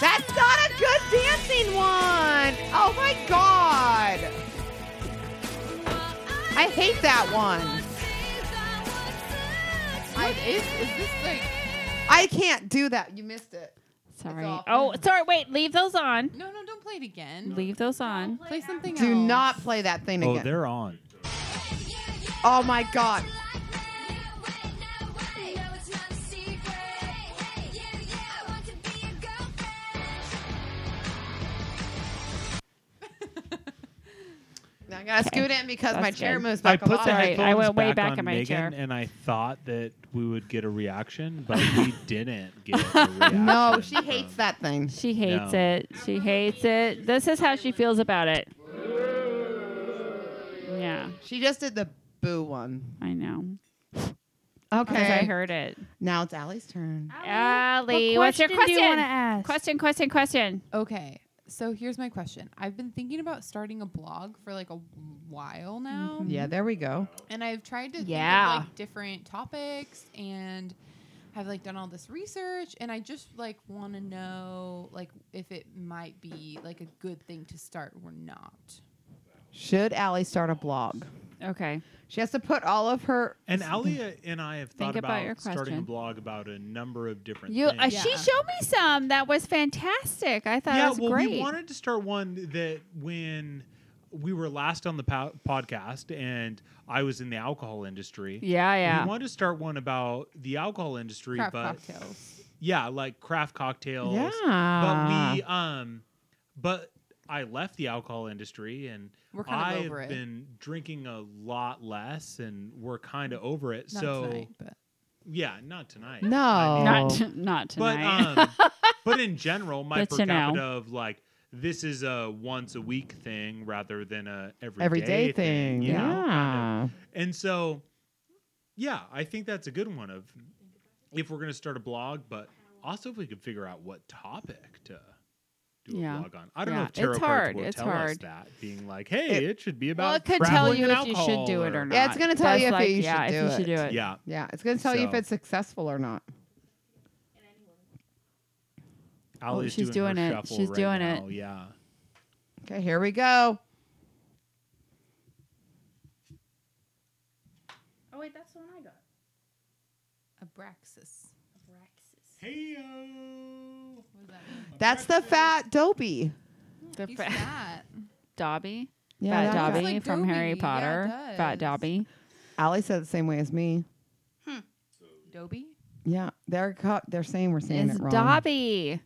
That's not a good dancing one. Oh my god. I hate that one.
I, is, is this like
I can't do that. You missed it.
Sorry.
off.
Oh, sorry. Wait, leave those on.
no no? Don't play it again.
Leave those on.
Play something else.
Do not play that thing
Oh,
again.
they're on.
Oh my god. Now I gotta
Okay.
scoot in because my
That's
chair
good.
moves
I
back a
put
lot.
the
Sorry, I
headphones
went way
back,
back
on
in my
Megan,
chair.
and I thought that we would get a reaction, but we didn't get a reaction. [laughs]
No, she hates that thing.
She hates
No.
it. She hates it. This is how she feels about it. Yeah,
She just did the boo one.
I know. Because
Okay.
I heard it.
Now it's Allie's turn.
Allie, what's your
Do you want to
question?
ask?
Question, question, question.
Okay, so here's my question. I've been thinking about starting a blog for like a while now.
Yeah, there we go.
and I've tried to
Yeah.
think of like different topics and I've like done all this research and I just like want to know like if it might be like a good thing to start or not.
Should Allie start a blog?
Okay.
She has to put all of her.
And Alia and I have thought
Think about your
starting a
question.
blog about a number of different
You,
things.
uh, she
Yeah.
showed me some that was fantastic. I thought it
yeah,
was
well,
great.
we wanted to start one that when we were last on the po- podcast and I was in the alcohol industry.
yeah, yeah.
We wanted to start one about the alcohol industry,
Craft
but
cocktails.
yeah, like craft cocktails.
Yeah.
But we,
Ah.
um, but I left the alcohol industry and
We're kind of
I've
over it.
been drinking a lot less and we're kind of over it.
Not
so
tonight, but
yeah, not tonight.
No.
I mean,
not,
Oh.
not
but
tonight.
um, but in general, my
Good
per
to know.
capita of like this is a once a week thing rather than a everyday,
everyday thing.
you know,
yeah.
kind of. And so, yeah, I think that's a good one of if we're gonna start a blog, but also if we could figure out what topic to. Do a
Yeah.
blog on. I don't
Yeah,
know if tarot
it's
cards
hard,
will
it's
tell us
hard.
that, being like, "Hey, it,
It-
should be about."
well, it [laughs] could tell
traveling
you
and
if you should do it
alcohol
or not.
Yeah, it's gonna tell
That's
you if
like,
you should
yeah,
do
if you should
it.
do it.
Yeah,
Yeah, it's gonna tell you if
So-
it's successful or not.
Allie's
Oh, she's
doing,
doing
her
it.
shuffle
She's
right
doing it.
now. Yeah.
Okay, here we go.
Oh wait, that's the one I got.
Abraxas.
Hey.
What does that mean?
That's the fat dopey.
The
He's
fa- [laughs]
fat.
Dobby.
Yeah,
Fat
that
Dobby
guy.
like
from Harry
Dobby. Yeah,
Potter.
it
Fat
does.
Dobby.
Allie said it the same way as me.
Dobby?
Yeah, they're co- they're saying we're saying
It's
it wrong.
Dobby.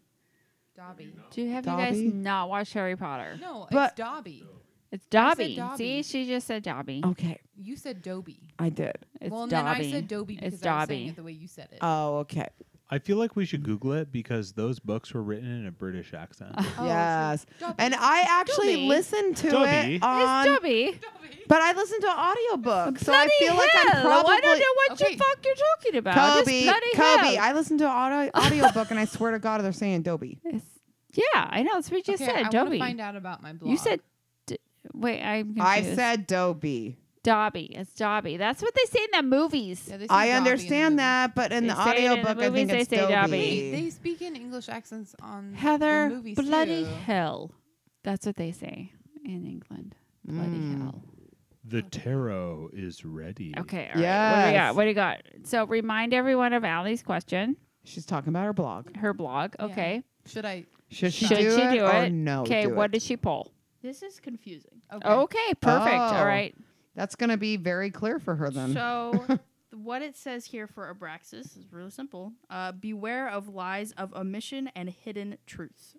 Dobby.
Do you have you
Dobby?
guys not watched Harry Potter?
No,
But-
it's Dobby.
It's Dobby. Oh. See,
Dobby.
she just said Dobby.
Okay,
You said Dobby.
I did.
It's
well, and
Dobby.
then I said Dobby because
it's
I was saying
Dobby.
it the way you said it.
Oh, okay.
I feel like we should Google it because those books were written in a British accent.
[laughs]
Oh,
yes.
it's like Dobby.
And I actually
Dobby.
listened to
Dobby.
it on,
it's Dobby.
but I listened to an audiobook, so I
bloody
feel
hell.
like I'm probably
I don't know what
Okay.
you fuck you're talking about.
Kobe.
It's bloody
Kobe.
hell.
I listened to an audio audiobook, and I swear to God, they're saying
[laughs]
Dobby.
It's- yeah, I know. That's what you
okay,
said.
I want to
Dobby.
find out about my blog.
You said. D- wait, I'm
I
confused.
said Dobby.
Dobby. It's Dobby. That's what they say in the movies.
Yeah, they say Dobby
I
in the movie.
understand that, but in
They
the
say it in the
audiobook, I think
movies,
it's
they say Dobby.
They,
Dobby.
they speak in English accents on the
Heather,
movies
bloody
too.
hell. That's what they say in England. Bloody
Mm.
hell.
the tarot is ready.
Okay. All right. What do we got?
Yes.
What do you got? So remind everyone of Allie's question,
She's talking about her blog.
her blog.
Yeah.
Okay.
Should I?
Should she,
Should
do,
she
it
do
or
it?
no?
Okay.
Oh, do
What
it?
did she pull?
This is confusing.
Okay.
Okay. Perfect. All
Oh.
right.
That's going to be very clear for her then. [laughs]
So, th- what it says here for Abraxas is really simple. Uh, beware of lies of omission and hidden truths.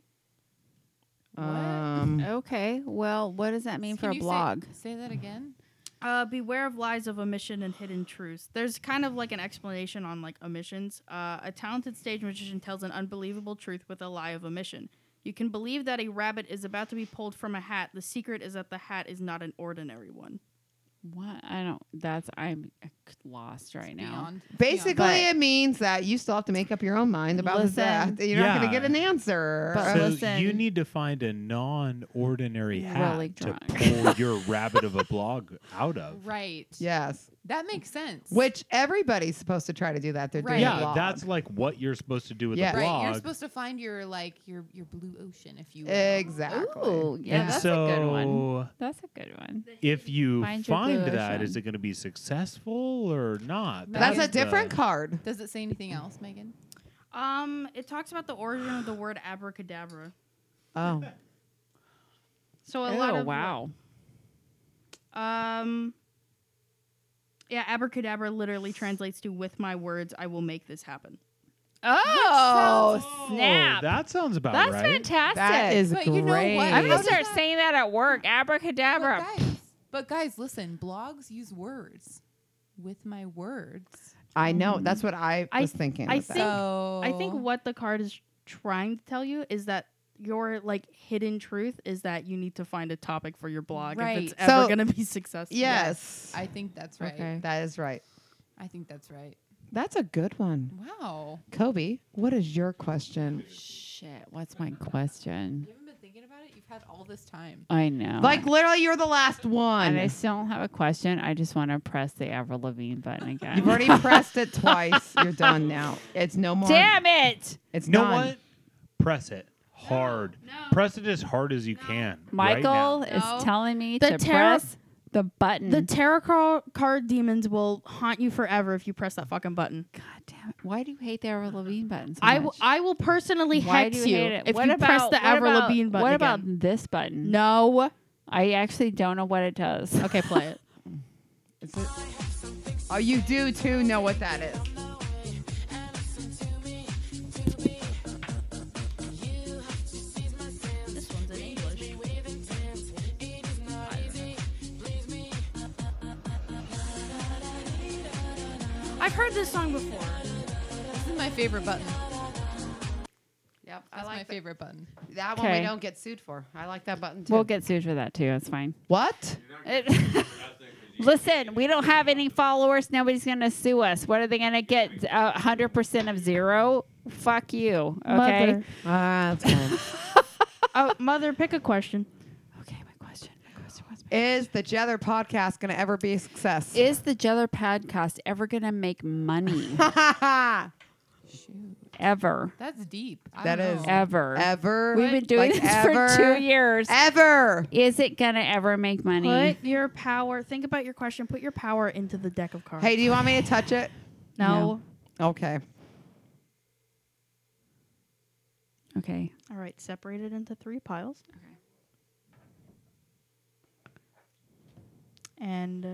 um,
Okay. Well, what does that mean
Can
for a
you say-
blog?
Say, that again.
Uh, beware of lies of omission and hidden truths. There's kind of like an explanation on like omissions. Uh, a talented stage magician tells an unbelievable truth with a lie of omission. You can believe that a rabbit is about to be pulled from a hat. The secret is that the hat is not an ordinary one.
What? I don't. That's I'm lost right now.
Beyond.
[laughs] basically,
Beyond.
But-
it means that you still have to make up your own mind about
Listen.
that. You're not going to
Yeah.
get an answer.
But-
So
Uh,
listen.
you need to find a non-ordinary hat
Really
to
drunk.
pull your rabbit of a blog
[laughs]
out of.
Right.
yes.
That makes sense.
Which everybody's supposed to try to do that. They're doing
Right.
a
Yeah,
blog.
that's like what you're supposed to do with
Yeah.
a
right.
blog.
You're supposed to find your like your your blue ocean if you will.
exactly.
Ooh, yeah,
and
that's
so,
a good one. That's a good one.
if you
Find
find,
your blue
that,
ocean.
is it going to be successful or not?
That's
That's a
the-
different card.
Does it say anything else, Megan?
Um, it talks about the origin of the word abracadabra.
Oh.
So a
Oh,
lot of
wow.
Um. Yeah, abracadabra literally translates to "with my words, I will make this happen."
Oh,
Oh,
snap.
that sounds about
That's
right.
fantastic.
That is
But
great.
you know what?
I'm
How
gonna
does
start
that-
saying that at work. Abracadabra.
But guys, But guys, listen, blogs use words. With my words.
I know. That's what I
I-
was thinking.
I
with that.
think-
so
I
Oh.
think what the card is trying to tell you is that your like hidden truth is that you need to find a topic for your blog if it's
Right.
ever
So-
going to be successful.
Yes.
I think that's right.
Okay.
that is right.
I think that's right.
That's a good one.
Wow.
Kobe, what is your question?
Shit, what's my question?
You haven't been thinking about it? You've had all this time.
I know.
Like literally you're the last one.
and I still don't have a question. I just want to press the Avril Lavigne
[laughs]
button again.
You've [laughs] already pressed it twice. You're done now. It's no more.
Damn it!
It's
You know
done.
what? Press it hard. Press it as hard as you can. right now.
Michael is
No.
telling me
The
to
tarot-
press the button.
The tarot car- card demons will haunt you forever if you press that fucking button.
God damn it! Why do you hate the Avril Lavigne button so
I,
much?
w- I will personally
Why
hex
do you
you
hate it?
if
what
you
about,
press the
what
Avril
about-
Lavigne button
What about
again.
this button?
No.
I actually don't know what it does.
Okay, play it.
Is it- Oh, you do too know what that is.
This one's in English. I've heard this song before.
This is my favorite button.
Yep,
That's my favorite button.
That
one we Okay. don't
get sued for. I like that button
[laughs] We'll get sued for that too. It's fine.
what?
[laughs] It- Listen, we don't have any followers. Nobody's going to sue us. What are they going to get? A 100% of zero? Fuck you. Okay.
Mother.
Ah, that's fine.
oh, mother, pick a question.
Okay, my question. My question was
[laughs] is the Jether podcast gonna ever be a success? [laughs]
Is the Jether podcast ever going to make money?
Shoot.
[laughs] ever.
That's deep. I
That
don't
is-
know.
Ever.
ever?
We've been doing
Like,
this
ever?
for two years.
Ever.
Is it going to ever make money?
Put your power. Think about your question. Put your power into the deck of cards.
Hey, do you want me to touch it?
no.
Okay.
Okay.
All right, separate it into three piles.
Okay.
And uh,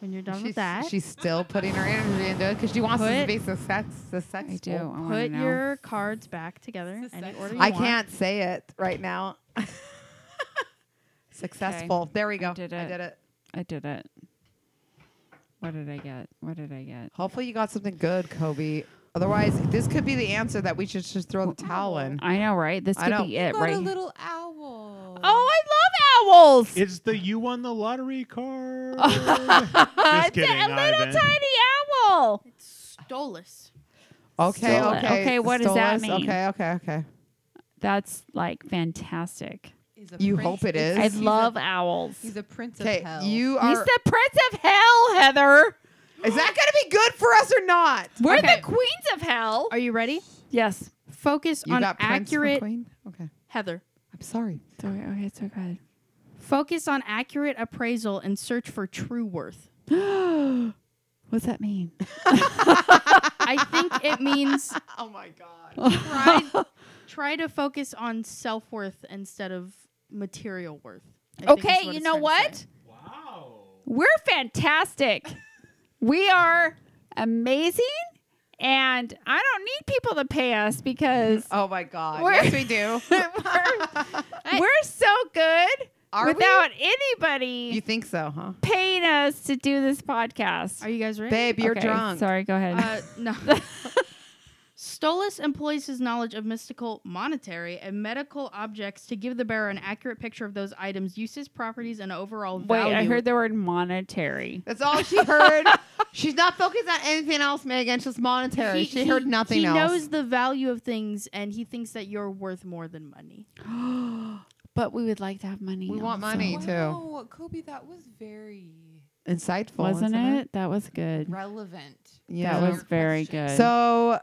when you're done
She's,
with that,
she's still putting her energy into it because she wants this to
Put-
be success. Successful.
I do. Oh, I want to
put
know.
your cards back together.
This is
Any
sexy.
order you
I
want.
can't say it right now. [laughs] Successful. There we go. I
did
did,
it.
it.
I did it. What did I get? What did I get?
Hopefully you got something good, Kobe. Otherwise, this could be the answer that we should just throw the towel in.
I know, right? This
I
could
know.
be it,
Got
right?
a little owl.
oh, I love owls.
It's the you won the
[laughs]
lottery card. Just
It's
kidding,
a little
Ivan.
tiny owl.
Stole us.
Okay,
Stole it.
okay.
Okay, what does
Stole
that
us?
mean?
Okay, okay, okay.
That's like fantastic.
He's a
You
prince-
hope it
it's-
is.
I
He's
he's a-
love owls.
He's a prince of
Okay,
hell.
you
He's
are.
the prince of hell, Heather.
is that going to be good for us or not?
We're
Okay.
the queens of hell.
Are you ready?
Yes.
Focus
You
on
got Prince for
accurate
Queen? Okay.
Heather.
I'm sorry.
Sorry, okay, so good.
Focus on accurate appraisal and search for true worth.
What's that mean?
I think it means
Oh my
[laughs]
God.
try, try to focus on self worth instead of material worth. I think is
okay, you
it's
know
trying to
what?
say.
Wow.
We're fantastic. we are amazing. And I don't need people to pay us because
Oh my God.
We're-
[laughs] yes, we do.
we're so good
Are we?
without anybody
You think so, huh?
paying us to do this podcast.
Are you guys ready?
Babe, you're
Okay,
drunk.
Sorry, go ahead.
[laughs] Uh, no. Stolas employs his knowledge of mystical, monetary, and medical objects to give the bearer an accurate picture of those items' uses, properties, and
[laughs]
overall
Wait,
value.
I heard the word
[gasps]
monetary.
That's all she [laughs] heard. She's not focused on anything else, Megan. It's just monetary. she heard nothing
he
else.
knows the value of things, and he thinks that you're worth more than money.
But we would like to have money.
We want
also.
money. Me too.
Wow, Oh, Kobe, that was very
Insightful,
Wasn't it? That was good.
relevant.
Yeah.
That
Your
was very
question.
good.
So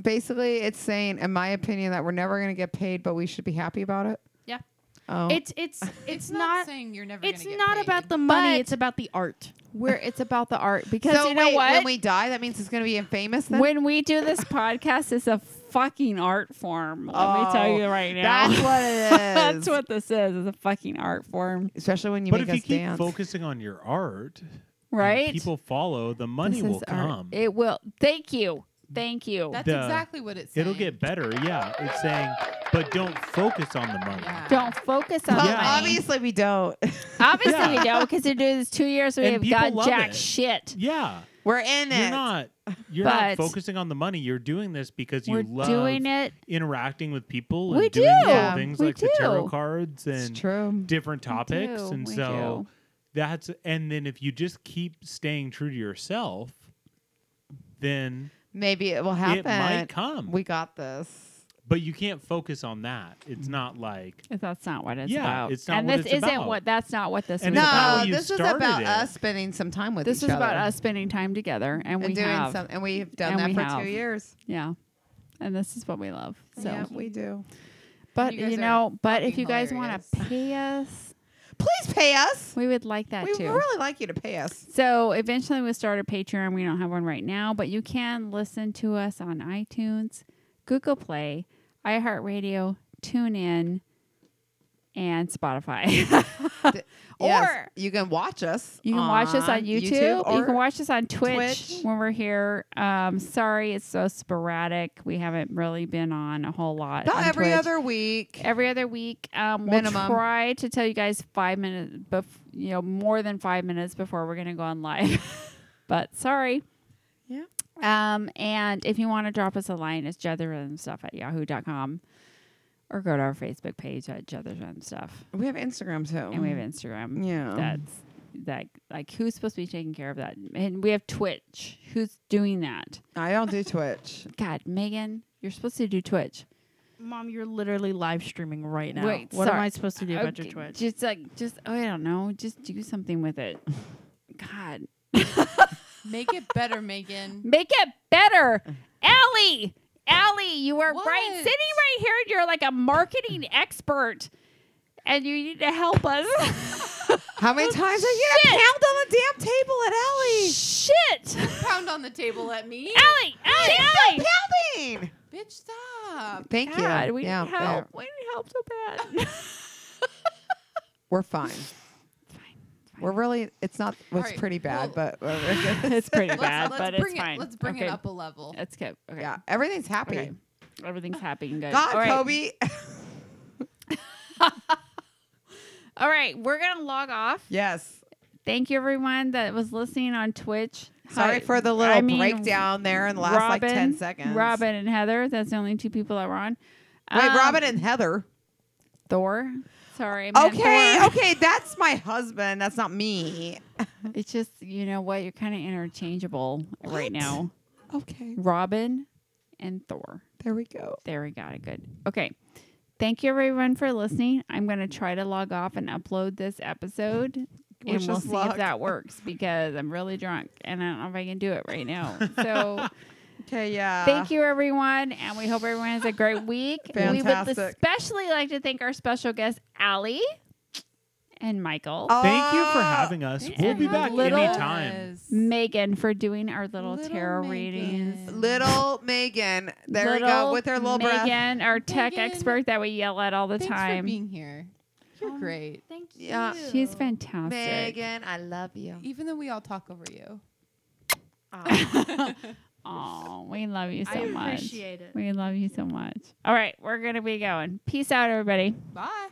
basically, it's saying, in my opinion, that we're never going to get paid, but we should be happy about it.
Yeah.
Oh.
It's [laughs] it's it's,
It's, not,
not.
saying you're never.
it's
gonna get
not
paid.
about the money.
But-
it's about the art.
where it's about the art because
so
you know
wait,
what?
when we die, that means it's going to be infamous. Then
when we do this podcast, it's a fucking art form. Let me tell
Oh,
you right now.
[laughs] that's what it is.
[laughs] That's what this is. It's a fucking art form,
Especially when you
But
make
if you
us
keep
dance.
focusing on your art, and
right?
People follow, the
This
money will
is art.
come.
It will. Thank you. Thank you.
That's
The-
exactly what it's saying.
It'll get better. Yeah, it's saying, but don't focus on the money.
Yeah.
Don't focus on
Well,
the money.
obviously we don't.
[laughs]
[laughs]
Obviously,
Yeah.
we don't because they're doing this two years. We
And
have
people
got
love
jack
it.
shit.
Yeah,
We're in
you're
it.
not. You're
But-
not focusing on the money. You're doing this because you
We're
love
doing it.
interacting with people
We
and doing cool
do.
things
We
like the tarot
do.
cards
It's
and
true.
different topics.
do,
And
we
so
do.
that's and then if you just keep staying true to yourself, then
Maybe it will happen.
it might come.
We got this.
but you can't focus on that. It's not like
If That's not what it's
Yeah,
about.
it's not
and
what
this
it's
isn't
about.
what. That's not what this
And
was
it's not
No,
how
about.
you
this is
started
about
it.
us spending some time with
This
each
is about
other
us spending time together, and, we
doing
have.
some, and we've done
and
that
we
for
have.
two years.
Yeah, and this is what we love. So,
yeah, we do.
but
You
you,
guys are
know, but if
fucking
you guys want to
hilarious.
pay us,
Please pay us.
we would like that
We
too.
really like you to pay us.
So eventually we'll start a Patreon. We don't have one right now, but you can listen to us on iTunes, Google Play, iHeartRadio, TuneIn, and Spotify. [laughs] Or-
you can watch us.
you can watch us on YouTube. you
or-
can watch us on Twitch,
Twitch.
when we're here. Um, sorry, it's so sporadic. We haven't really been on a whole lot.
about
on
every
Twitch.
other week.
Every other week, um, we'll
Minimum.
try to tell you guys five minutes, bef- you know, more than five minutes before we're gonna go on live. [laughs] but sorry.
Yeah.
Um, and if you want to drop us a line, it's stuff at yahoo.com or go to our Facebook page at stuff,
we have Instagram too.
and we have Instagram.
Oh. Yeah.
That's that. Like, who's supposed to be taking care of that? And we have Twitch. Who's doing that?
I don't
[laughs]
do Twitch.
God, Megan, you're supposed to do Twitch.
Mom, you're literally live streaming right now.
Wait,
what am
sorry.
I supposed to do about
Okay,
your Twitch?
Just like, just oh, I don't know. Just do something with it. [laughs] God,
Make it better, Megan.
make it better, Allie. Allie, you are right,
What?
sitting right here, and you're like a marketing expert, and you need to help us.
How
Oh,
many times are you gonna pound on the damn table at Ellie?
Shit,
Pound on the table at me. [laughs]
Allie, Allie, Allie.
Pounding.
Bitch, stop.
Thank
God,
you.
we
yeah,
need help.
fair.
We need help so bad.
We're [sighs] fine.
Fine,
We're really. It's not. It's
right,
pretty bad,
well-
but we're
[laughs]
we're [laughs] good.
it's pretty
Let's,
bad,
let's
but
bring
it's
it.
fine.
Let's bring
Okay,
it up a level.
It's good. Okay.
yeah, everything's happy.
Okay. Everything's happy and good.
God,
All right.
Kobe. [laughs]
All right, we're gonna log off.
yes.
Thank you, everyone that was listening on Twitch.
Sorry
Hi-
for the little
I mean,
breakdown there in the last like ten seconds.
Robin and Heather. That's the only two people that were on.
Wait,
Um,
Robin and Heather.
Thor. Sorry. I meant
Okay,
Thor.
okay, that's my husband. That's not me.
It's just you know what you're kind of interchangeable right
What?
now.
Okay,
Robin and Thor.
there we go.
There we got it. Good. Okay. Thank you, everyone, for listening. I'm going to try to log off and upload this episode.
Wish
and we'll
us
see if
luck.
that works because I'm really drunk and I don't know if I can do it right now. So
[laughs] Okay, yeah.
thank you, everyone. And we hope everyone has a great week. We would
Fantastic.
especially like to thank our special guests, Allie and Michael,
Thank you for
Oh,
having us.
Thanks
We'll
for
be back
having us.
anytime.
Yes.
Megan for doing our little,
Little
tarot
Megan.
readings.
Little Megan. There we
Little
go with her little breath.
Megan, our tech
Megan,
expert that we yell at all the
Thanks
time. Um,
for being here. You're great.
Thank you.
Yeah.
She's fantastic.
Megan, I love you.
Even though we all talk over you.
[laughs]
Ah, [laughs]
Oh, we love you so
I
much.
appreciate it.
We love you so much. All right, we're going to be going. Peace out, everybody.
Bye.